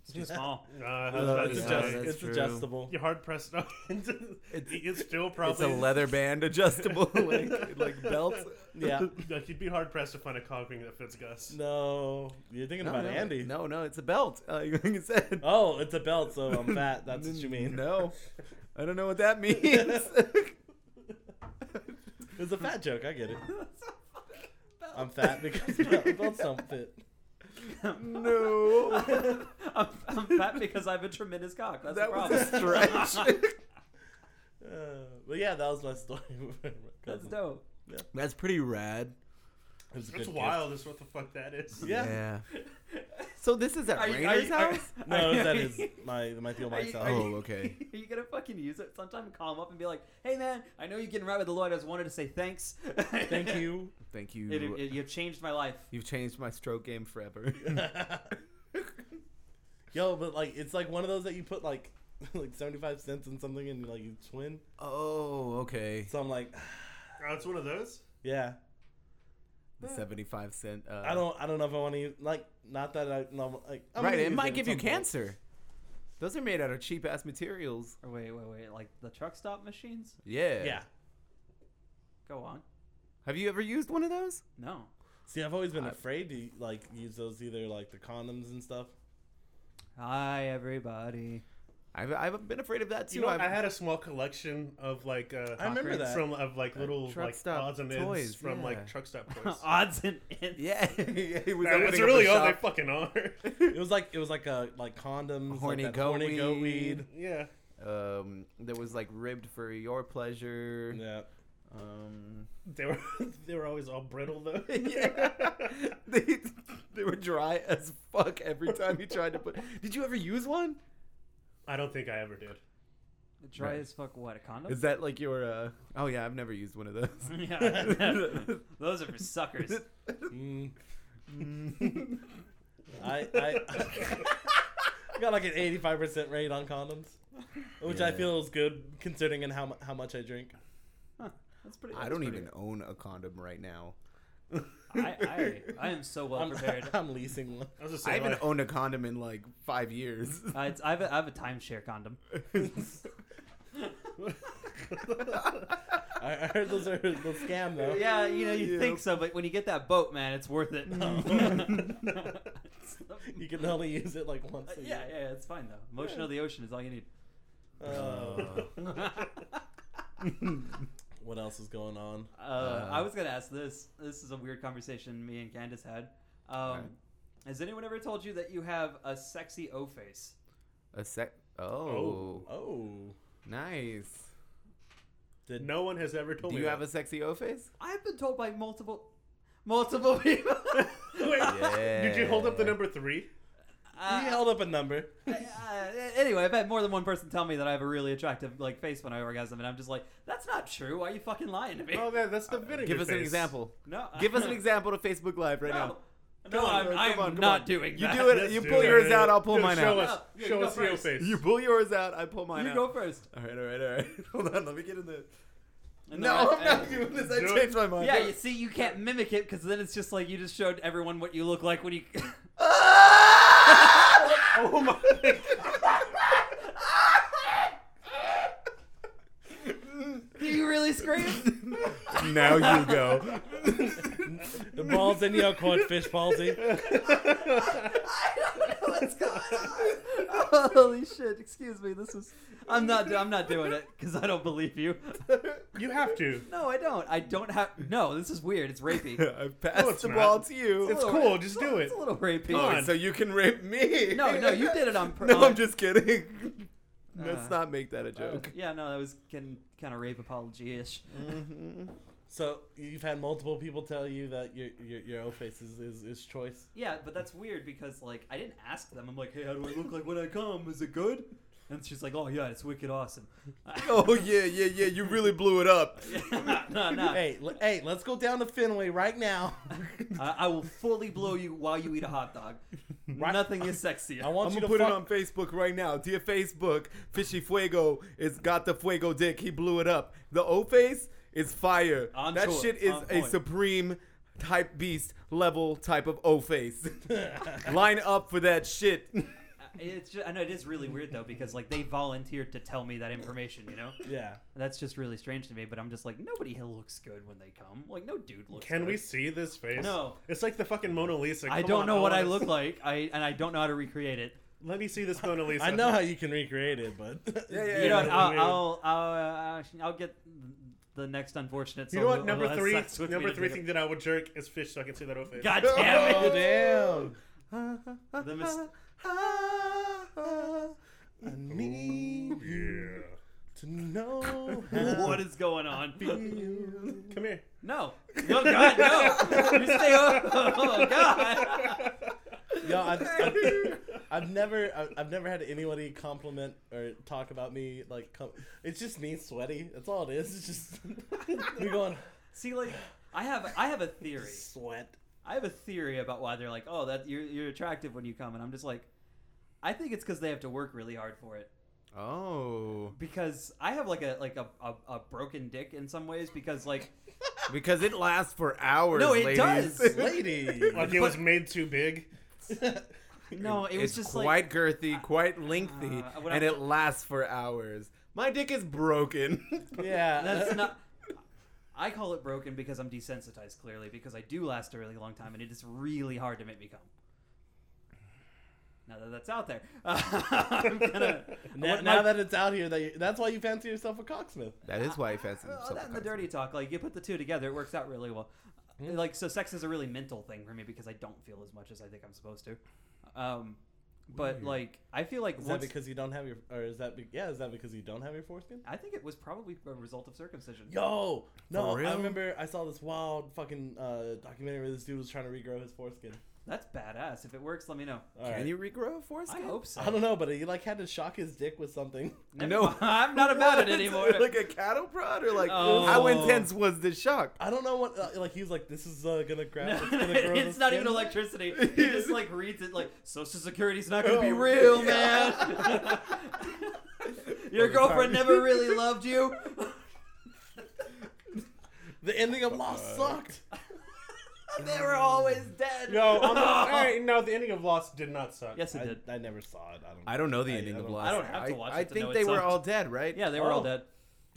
It's too small. Nah, Oh, that's, it's, yeah, adjust, that's it's true. adjustable. You're hard pressed up. it's, it's still It's a probably leather band adjustable like like belt. Yeah. like you'd be hard pressed to find a cock ring that fits Gus. No, you're thinking about no, Andy. No, no, it's a belt. Uh, like you said. Oh, it's a belt, so I'm fat. That's what you mean. No, I don't know what that means. It's a fat joke. I get it. I'm fat because belt- belts don't fit. no, I'm, I'm fat because I have a tremendous cock. That's that the was problem. a stretch. Uh, but yeah, that was my story. That's dope. That's pretty rad. It was a good That's gift. wild. Is what the fuck that is. Yeah. So this is at Are you- are Rainer's you- are- house. No, that is my my feel Are you- myself. are you- Oh, okay. Are you gonna fucking use it sometime? Call him up and be like, "Hey, man, I know you're getting right with the Lord. I just wanted to say thanks. Thank you. Thank you. It- it- you've changed my life. You've changed my stroke game forever. Yo, but like it's like one of those that you put like like seventy five cents in something and like you twin. oh, okay. So I'm like, Oh, it's one of those. yeah, The seventy-five cent. Uh, I don't I don't know if I want to use like not that I no like I'm right, gonna it use might at give some you point. cancer. Those are made out of cheap ass materials. Or wait, wait, wait. Like the truck stop machines? Yeah. Yeah. Go on. Have you ever used one of those? No. See, I've always been I- afraid to like use those either like the condoms and stuff. Hi, everybody. I've, I've been afraid of that too. You know, I've, I had a small collection of like uh, I remember Cock that. from of like little truck like stop odds and toys, ends from yeah. like truck stop toys. Odds and ends. yeah, it was That's opening up really a all they shop. fucking are. it was like it was like a like condoms, Horny like that goat horny goat weed. weed. yeah. Um, there was like ribbed for your pleasure. Yeah, Um, They were they were always all brittle though. yeah, they, they were dry as fuck every time you tried to put. Did you ever use one? I don't think I ever did. Dry Right. as fuck. What a condom? Is that like your? uh Oh yeah, I've never used one of those. yeah. Those are for suckers. mm. I I, I got like an eighty five percent rate on condoms, which I Yeah. feel is good considering in how mu- how much I drink. That's pretty. I that's don't pretty even own a condom right now. good. I, I I am so well I'm, prepared. Uh, I'm leasing one. I was just I saying, haven't like, owned a condom in like five years. Uh, it's, I have a, I have a timeshare condom. I, I heard those are the scam though. Yeah, you know, you Yeah. think so, but when you get that boat, man, it's worth it. You can only use it like once. A Uh, yeah, year. yeah, it's fine though. Motion of the ocean is all you need. Oh. uh, what else is going on? I was gonna ask this. This is a weird conversation me and Candace had. Um, Alright. Has anyone ever told you that you have a sexy O face? A sec. Oh, Oh, nice. did no one has ever told Do me. you have that. a sexy O face? I've been told by multiple, multiple people. Wait, Yeah. did you hold up the number three? he held up a number? uh, anyway, I've had more than one person tell me that I have a really attractive like face when I orgasm, and I'm just like, that's not true. Why are you fucking lying to me? Oh, man, that's the vinegar. Give us an face. example. no, Give us an example to Facebook Live right now. No, no, Come on, I'm, come I'm on, come not on. doing You that. do it. Yes, you dude. pull yours out. I'll pull Dude, mine show out. Us, Yeah, show you us go your first. face. You pull yours out. I pull mine You out. go first. All right, all right, all right. Hold on, let me get in there. And no, then I- I'm not I- doing this. Do I it. changed my mind. Yeah, you see, you can't mimic it because then it's just like you just showed everyone what you look like when you. Ah! Oh my! do you really scream? now you go. The balls in your court, fish palsy. I don't know what's going on. Holy shit! Excuse me. This is. I'm not. I'm not doing it because I don't believe you. You have to. No, I don't. I don't have. No, this is weird. It's rapey. I passed No, it's the not. ball to you. It's little- cool, just it's a- do it. It's a little rapey. Come on. so you can rape me. No, no, you did it on pur- No, on- I'm just kidding. Uh, Let's not make that a joke. Yeah, no, that was kind of rape apology ish. Mhm. So you've had multiple people tell you that your your, your O face is, is, is choice. Yeah, but that's weird because like I didn't ask them. I'm like, hey, how do I look like when I come? Is it good? And she's like, oh yeah, it's wicked awesome. Oh yeah, yeah, yeah. You really blew it up. no, no. Hey, l- hey, let's go down to Fenway right now. I, I will fully blow you while you eat a hot dog. Nothing is sexier. I want I'm you gonna to put fuck. it on Facebook right now. Dear Facebook, Fishy Fuego is got the Fuego dick. He blew it up. The O face is fire. On that tour, shit is on a point. supreme type beast level type of O face. Line up for that shit. It's just, I know it is really weird though because like they volunteered to tell me that information. You know, yeah. that's just really strange to me. But I'm just like, nobody looks good when they come. Like no dude looks. Can good. we see this face? No. It's like the fucking Mona Lisa. I Come don't on, know what I wanna- look like. I and I don't know how to recreate it. Let me see this Mona Lisa. I know how you can recreate it, but Yeah, yeah, You yeah. know, what, weird. I'll I'll, I'll, uh, I'll get the next unfortunate. You soul know who- what? who Number has three. sex with me Number to three pick thing that I would jerk is fish. So I can see that old up- face. God damn Oh it! damn! The mis- I Oh, need you Yeah. to know how what is going on? feel. Come here. No, no, God, no! You stay. Oh, oh God! Yo, I've, I've, I've never, I've, I've never had anybody compliment or talk about me like. Com- it's just me sweaty. That's all it is. It's just me going See, like, I have I have a theory. sweat. I have a theory about why they're like, oh, that you're you're attractive when you come, and I'm just like, I think it's because they have to work really hard for it. Oh, Because I have like a like a, a, a broken dick in some ways because like because it lasts for hours. No, it ladies. does. Lady, Like it was made too big. no, it was it's just quite like girthy, quite lengthy, uh, what and I'm- it lasts for hours. My dick is broken. yeah, uh, That's not. I call it broken because I'm desensitized, clearly, because I do last a really long time, and it is really hard to make me come. Now that that's out there, I'm gonna. I Now, want now my- that it's out here, that you, that's why you fancy yourself a cocksmith. that is why he fancies Well, himself. that a and the dirty talk, like you put the two together, it works out really well. Like so, sex is a really mental thing for me because I don't feel as much as I think I'm supposed to. Um, but Weird. like, I feel like Is that once because you don't have your, or is that, be, yeah, is that because you don't have your foreskin? I think it was probably a result of circumcision. Yo, no, For real? I remember I saw this wild fucking uh, documentary where this dude was trying to regrow his foreskin. That's badass. If it works, let me know. All right. Can you regrow a foreskin? I hope so. I don't know, but he like had to shock his dick with something. Never No. mind. I'm not about it What? anymore. like a cattle prod, or like Oh. how intense was the shock? I don't know what uh, like he was like. This is uh, gonna grab. No, it's gonna grow it's the not skin." even electricity. He just like reads it like Social Security's not gonna Oh. be real, man. Well, Your it's girlfriend hard. never really loved you. The ending of Lost sucked. they were always dead. Oh, No. I'm not, all right. No, the ending of Lost did not suck. Yes, it I, did. I never saw it. I don't. I don't know the I- ending I of don't- Lost. I don't have to watch I, it to think know it they were sucked. all dead, right? Yeah, they were all Oh. dead.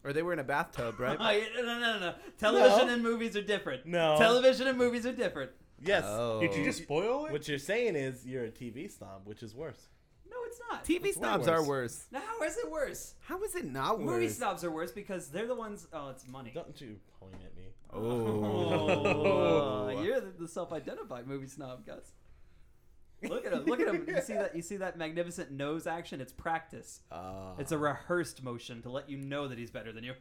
Or they were in a bathtub, right? no, no, no, no. Television No. and movies are different. No. Television and movies are different. Yes. Oh. Did you just spoil it? What you're saying is you're a TV snob, which is worse. No, it's not. TV It's way snobs are worse. now, how is it worse? How is it not worse? Movie snobs are worse because they're the ones. Oh, it's money. Don't you point at me. Oh, Oh. you're the, the self-identified movie snob, Gus. Look at him! Look at him! You see that? You see that magnificent nose action? It's practice. Ah. It's a rehearsed motion to let you know that he's better than you.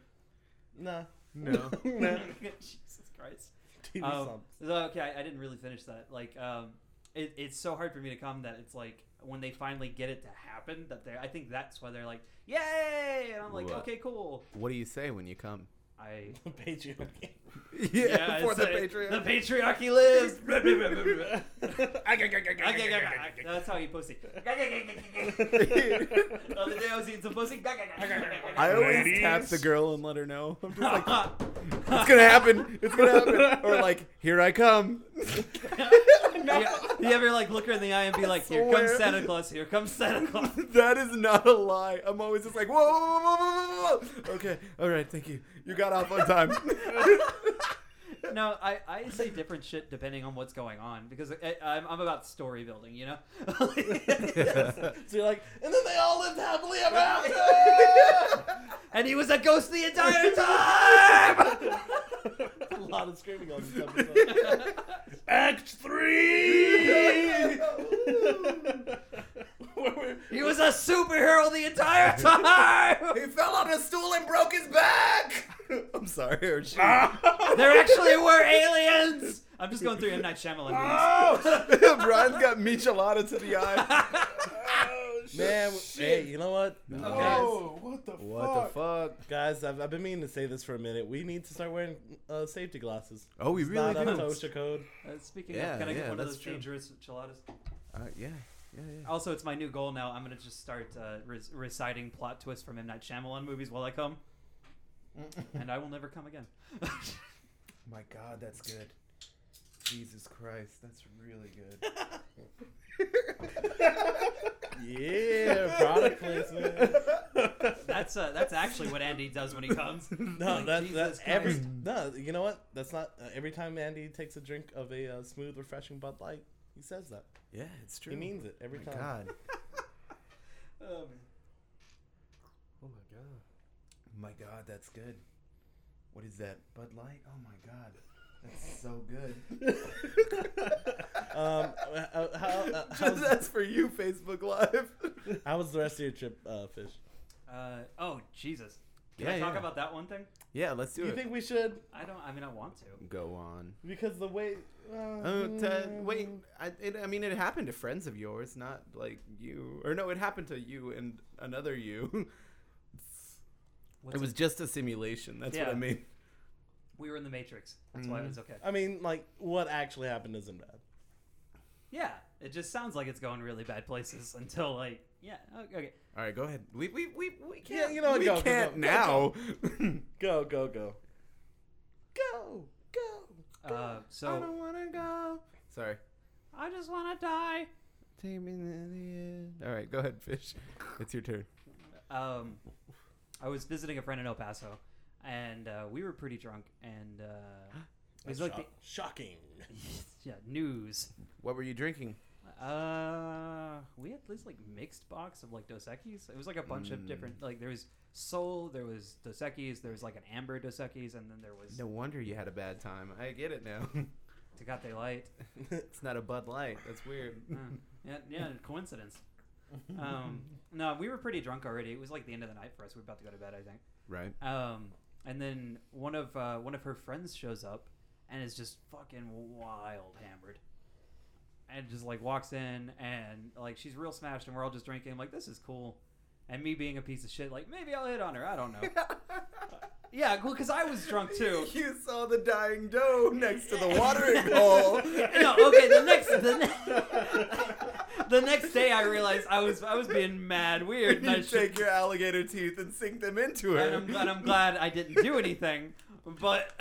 Nah. No. nah. Jesus Christ. TV Um, snobs. so, okay, I, I didn't really finish that. Like, um, it, it's so hard for me to come that it's like when they finally get it to happen that they. I think that's why they're like, "Yay!" And I'm like, What? "Okay, cool." What do you say when you come? I Patreon. yeah, for it's the like, Patreon. The patriarchy lives. That's That's how you pussy. Oh, The other day I was eating some pussy. I always Ladies. tap the girl and let her know. I'm just like, it's gonna happen. It's gonna happen. Or like, here I come. Yeah, You ever like look her in the eye and be like, "Here comes swear. Santa Claus! Here comes Santa Claus!" that is not a lie. I'm always just like, whoa, whoa, whoa, whoa, whoa, whoa. Okay, all right, thank you. You got off on time. No, I, I say different shit depending on what's going on because I, I'm, I'm about story building, you know. so you're like, and then they all lived happily ever after. and he was a ghost the entire time. a lot of screaming on this episode. Act three. he was a superhero the entire time. he fell on a stool and broke his back. I'm sorry. oh, Or she. there actually were aliens. I'm just going through M Night Shyamalan movies. Oh! Brian's got michelada to the eye. Oh, Man, w- hey, you know what? Whoa, Oh, what the What fuck? the fuck? Guys, I've, I've been meaning to say this for a minute. We need to start wearing uh, safety glasses. Oh, we It's really not up do. to OSHA code. Uh, speaking Yeah, of, can I yeah, get one of that's those true. dangerous geladas? Uh, yeah, yeah, yeah. Also, it's my new goal now. I'm gonna just start uh, re- reciting plot twists from M Night Shyamalan movies while I come, and I will never come again. My God, that's good. Jesus Christ, that's really good. Yeah, product placement. That's uh, that's actually what Andy does when he comes. No, Like, that's Jesus that's every. Christ. No, you know what? That's not uh, every time Andy takes a drink of a uh, smooth, refreshing Bud Light. He says that. Yeah, it's true. He means it every My time. God. Oh, man. Oh my god. My God, that's good. What is that? Bud Light? Oh my God. That's so good. Um, uh, uh, how, uh, how's, that's for you, Facebook Live. how was the rest of your trip, uh, Fish? Uh, oh Jesus! Can Yeah, I talk yeah. about that one thing? yeah, let's do you it. think we should? I don't. I mean, I want to. Go on. Because the way. Uh, Oh, to, wait. mm, I, it, I mean, it happened to friends of yours, not like you. Or no, it happened to you and another you. What's it was just a simulation. That's what Yeah. I mean. We were in the Matrix. That's why it Mm-hmm. was okay. I mean, like, what actually happened isn't bad. Yeah, it just sounds like it's going really bad places until like yeah okay. All right, go ahead. We we we, we Yeah, can't. you know what, we go, go, can't go, now. Go, go, go. Go, go. Uh, I so don't wanna go. Sorry. I just want to die. Take me to the end. All right, go ahead, fish. It's your turn. um, I was visiting a friend in El Paso, and uh, we were pretty drunk, and uh, it was like the, Shocking. yeah news. What were you drinking? Uh, we had this like mixed box of like Dos Equis. It was like a bunch of different like there was Soul, there was Dos Equis, there was like an Amber Dos Equis, and then there was No wonder you had a bad time. I get it now. Tecate Light. it's not a Bud Light. That's weird. Uh, yeah, yeah, coincidence. Um, no, we were pretty drunk already. It was like the end of the night for us. We were about to go to bed, I think. Right. Um, and then one of uh, one of her friends shows up and is just fucking wild hammered, and just like walks in and like she's real smashed, and we're all just drinking. I'm like, this is cool. And me being a piece of shit, like maybe I'll hit on her. I don't know. yeah, well, because I was drunk too. You saw the dying doe next to the watering hole. no, okay. The next the, ne- the next day, I realized I was I was being mad weird. and I you should- take your alligator teeth and sink them into her. and I'm, glad- I'm glad I didn't do anything. But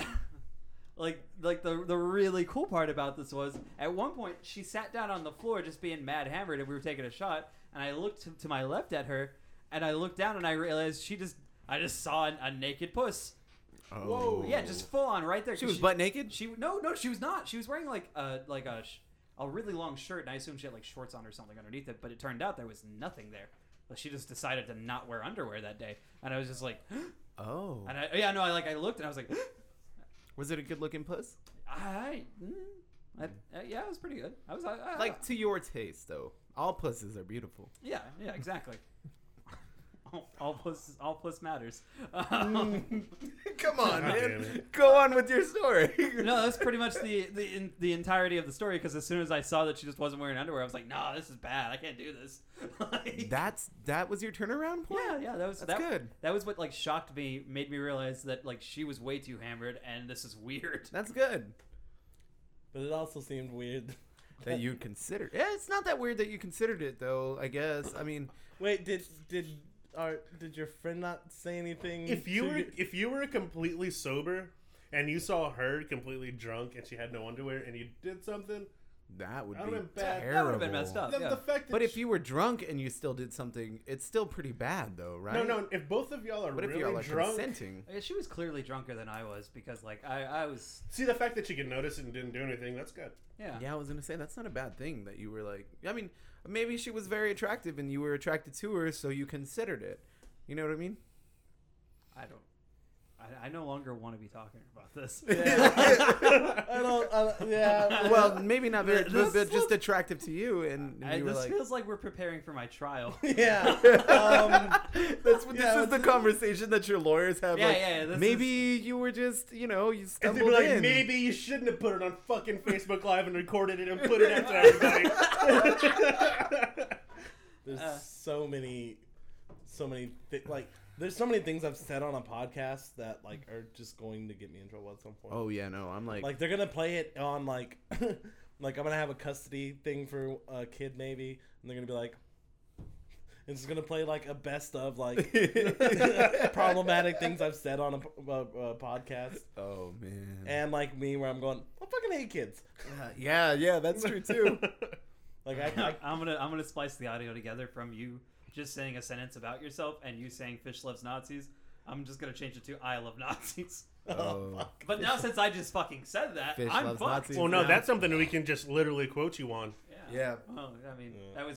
like like the the really cool part about this was at one point she sat down on the floor just being mad hammered and we were taking a shot and I looked to, to my left at her and I looked down and I realized she just I just saw an, a naked puss. Oh. Whoa. Yeah, just full on right there. She 'cause was butt naked. She no, no, she was not. She was wearing like a like a sh- a really long shirt, and I assumed she had like shorts on or something underneath it. But it turned out there was nothing there. But she just decided to not wear underwear that day, and I was just like, Oh. and I yeah, no, I like I looked and I was like, Was it a good looking puss? I, mm, I, uh, yeah, it was pretty good. I was uh, I, I, Like to your taste though. All pusses are beautiful. yeah, yeah, exactly. all, all plus all plus matters. Um, Come on, God damn man. it. Go on with your story. no, that's pretty much the the in, the entirety of the story. Because as soon as I saw that she just wasn't wearing underwear, I was like, "Nah, this is bad. I can't do this." Like- That's that was your turnaround point. yeah, yeah, that was That's that, good. That was what like shocked me, made me realize that like she was way too hammered, and this is weird. That's good. But it also seemed weird. That you considered. Yeah, it's not that weird that you considered it though. I guess. I mean, Wait, did did our did your friend not say anything? If you to were you? if you were completely sober and you saw her completely drunk and she had no underwear and you did something, that would That be would've been bad. terrible. That would have been messed up. the, yeah. the fact that Oh, But if she- you were drunk and you still did something, it's still pretty bad though, right? no no if both of y'all are What if really y'all are drunk, consenting? Yeah, she was clearly drunker than I was because like I I was see the fact that she could notice it and didn't do anything, that's good. yeah. Yeah, I was gonna say that's not a bad thing that you were like. I mean, maybe she was very attractive and you were attracted to her, so you considered it. You know what I mean? I don't. I, I no longer want to be talking about this. I don't. I don't yeah. Well, maybe not very, This but, but was- just attractive to you, and I, you were this like. feels like we're preparing for my trial. yeah. Um, That's what Yeah, this is the conversation that your lawyers have. Yeah, like, yeah, yeah, this Maybe you were just, you know, you And they'd stumbled be like, in. maybe you shouldn't have put it on fucking Facebook Live and recorded it and put it out to everybody. There's Uh. so many, so many thi- like. There's so many things I've said on a podcast that like are just going to get me in trouble at some point. Oh yeah, no, I'm like, Like they're gonna play it on like, like I'm gonna have a custody thing for a kid maybe, and they're gonna be like, it's just gonna play like a best of like problematic things I've said on a, p- a- a podcast, oh man. eh. and like me where I'm going, I fucking hate kids. Yeah, yeah, yeah, that's true too. Like I, I I'm gonna I'm gonna splice the audio together from you just saying a sentence about yourself and you saying fish loves Nazis. I'm just gonna change it to I love Nazis. oh, Oh. fuck. But now since I just fucking said that, Fish I'm loves fucked. Nazis. well, no, Yeah. that's something we can just literally quote you on. yeah. yeah, Well, I mean, Yeah. that was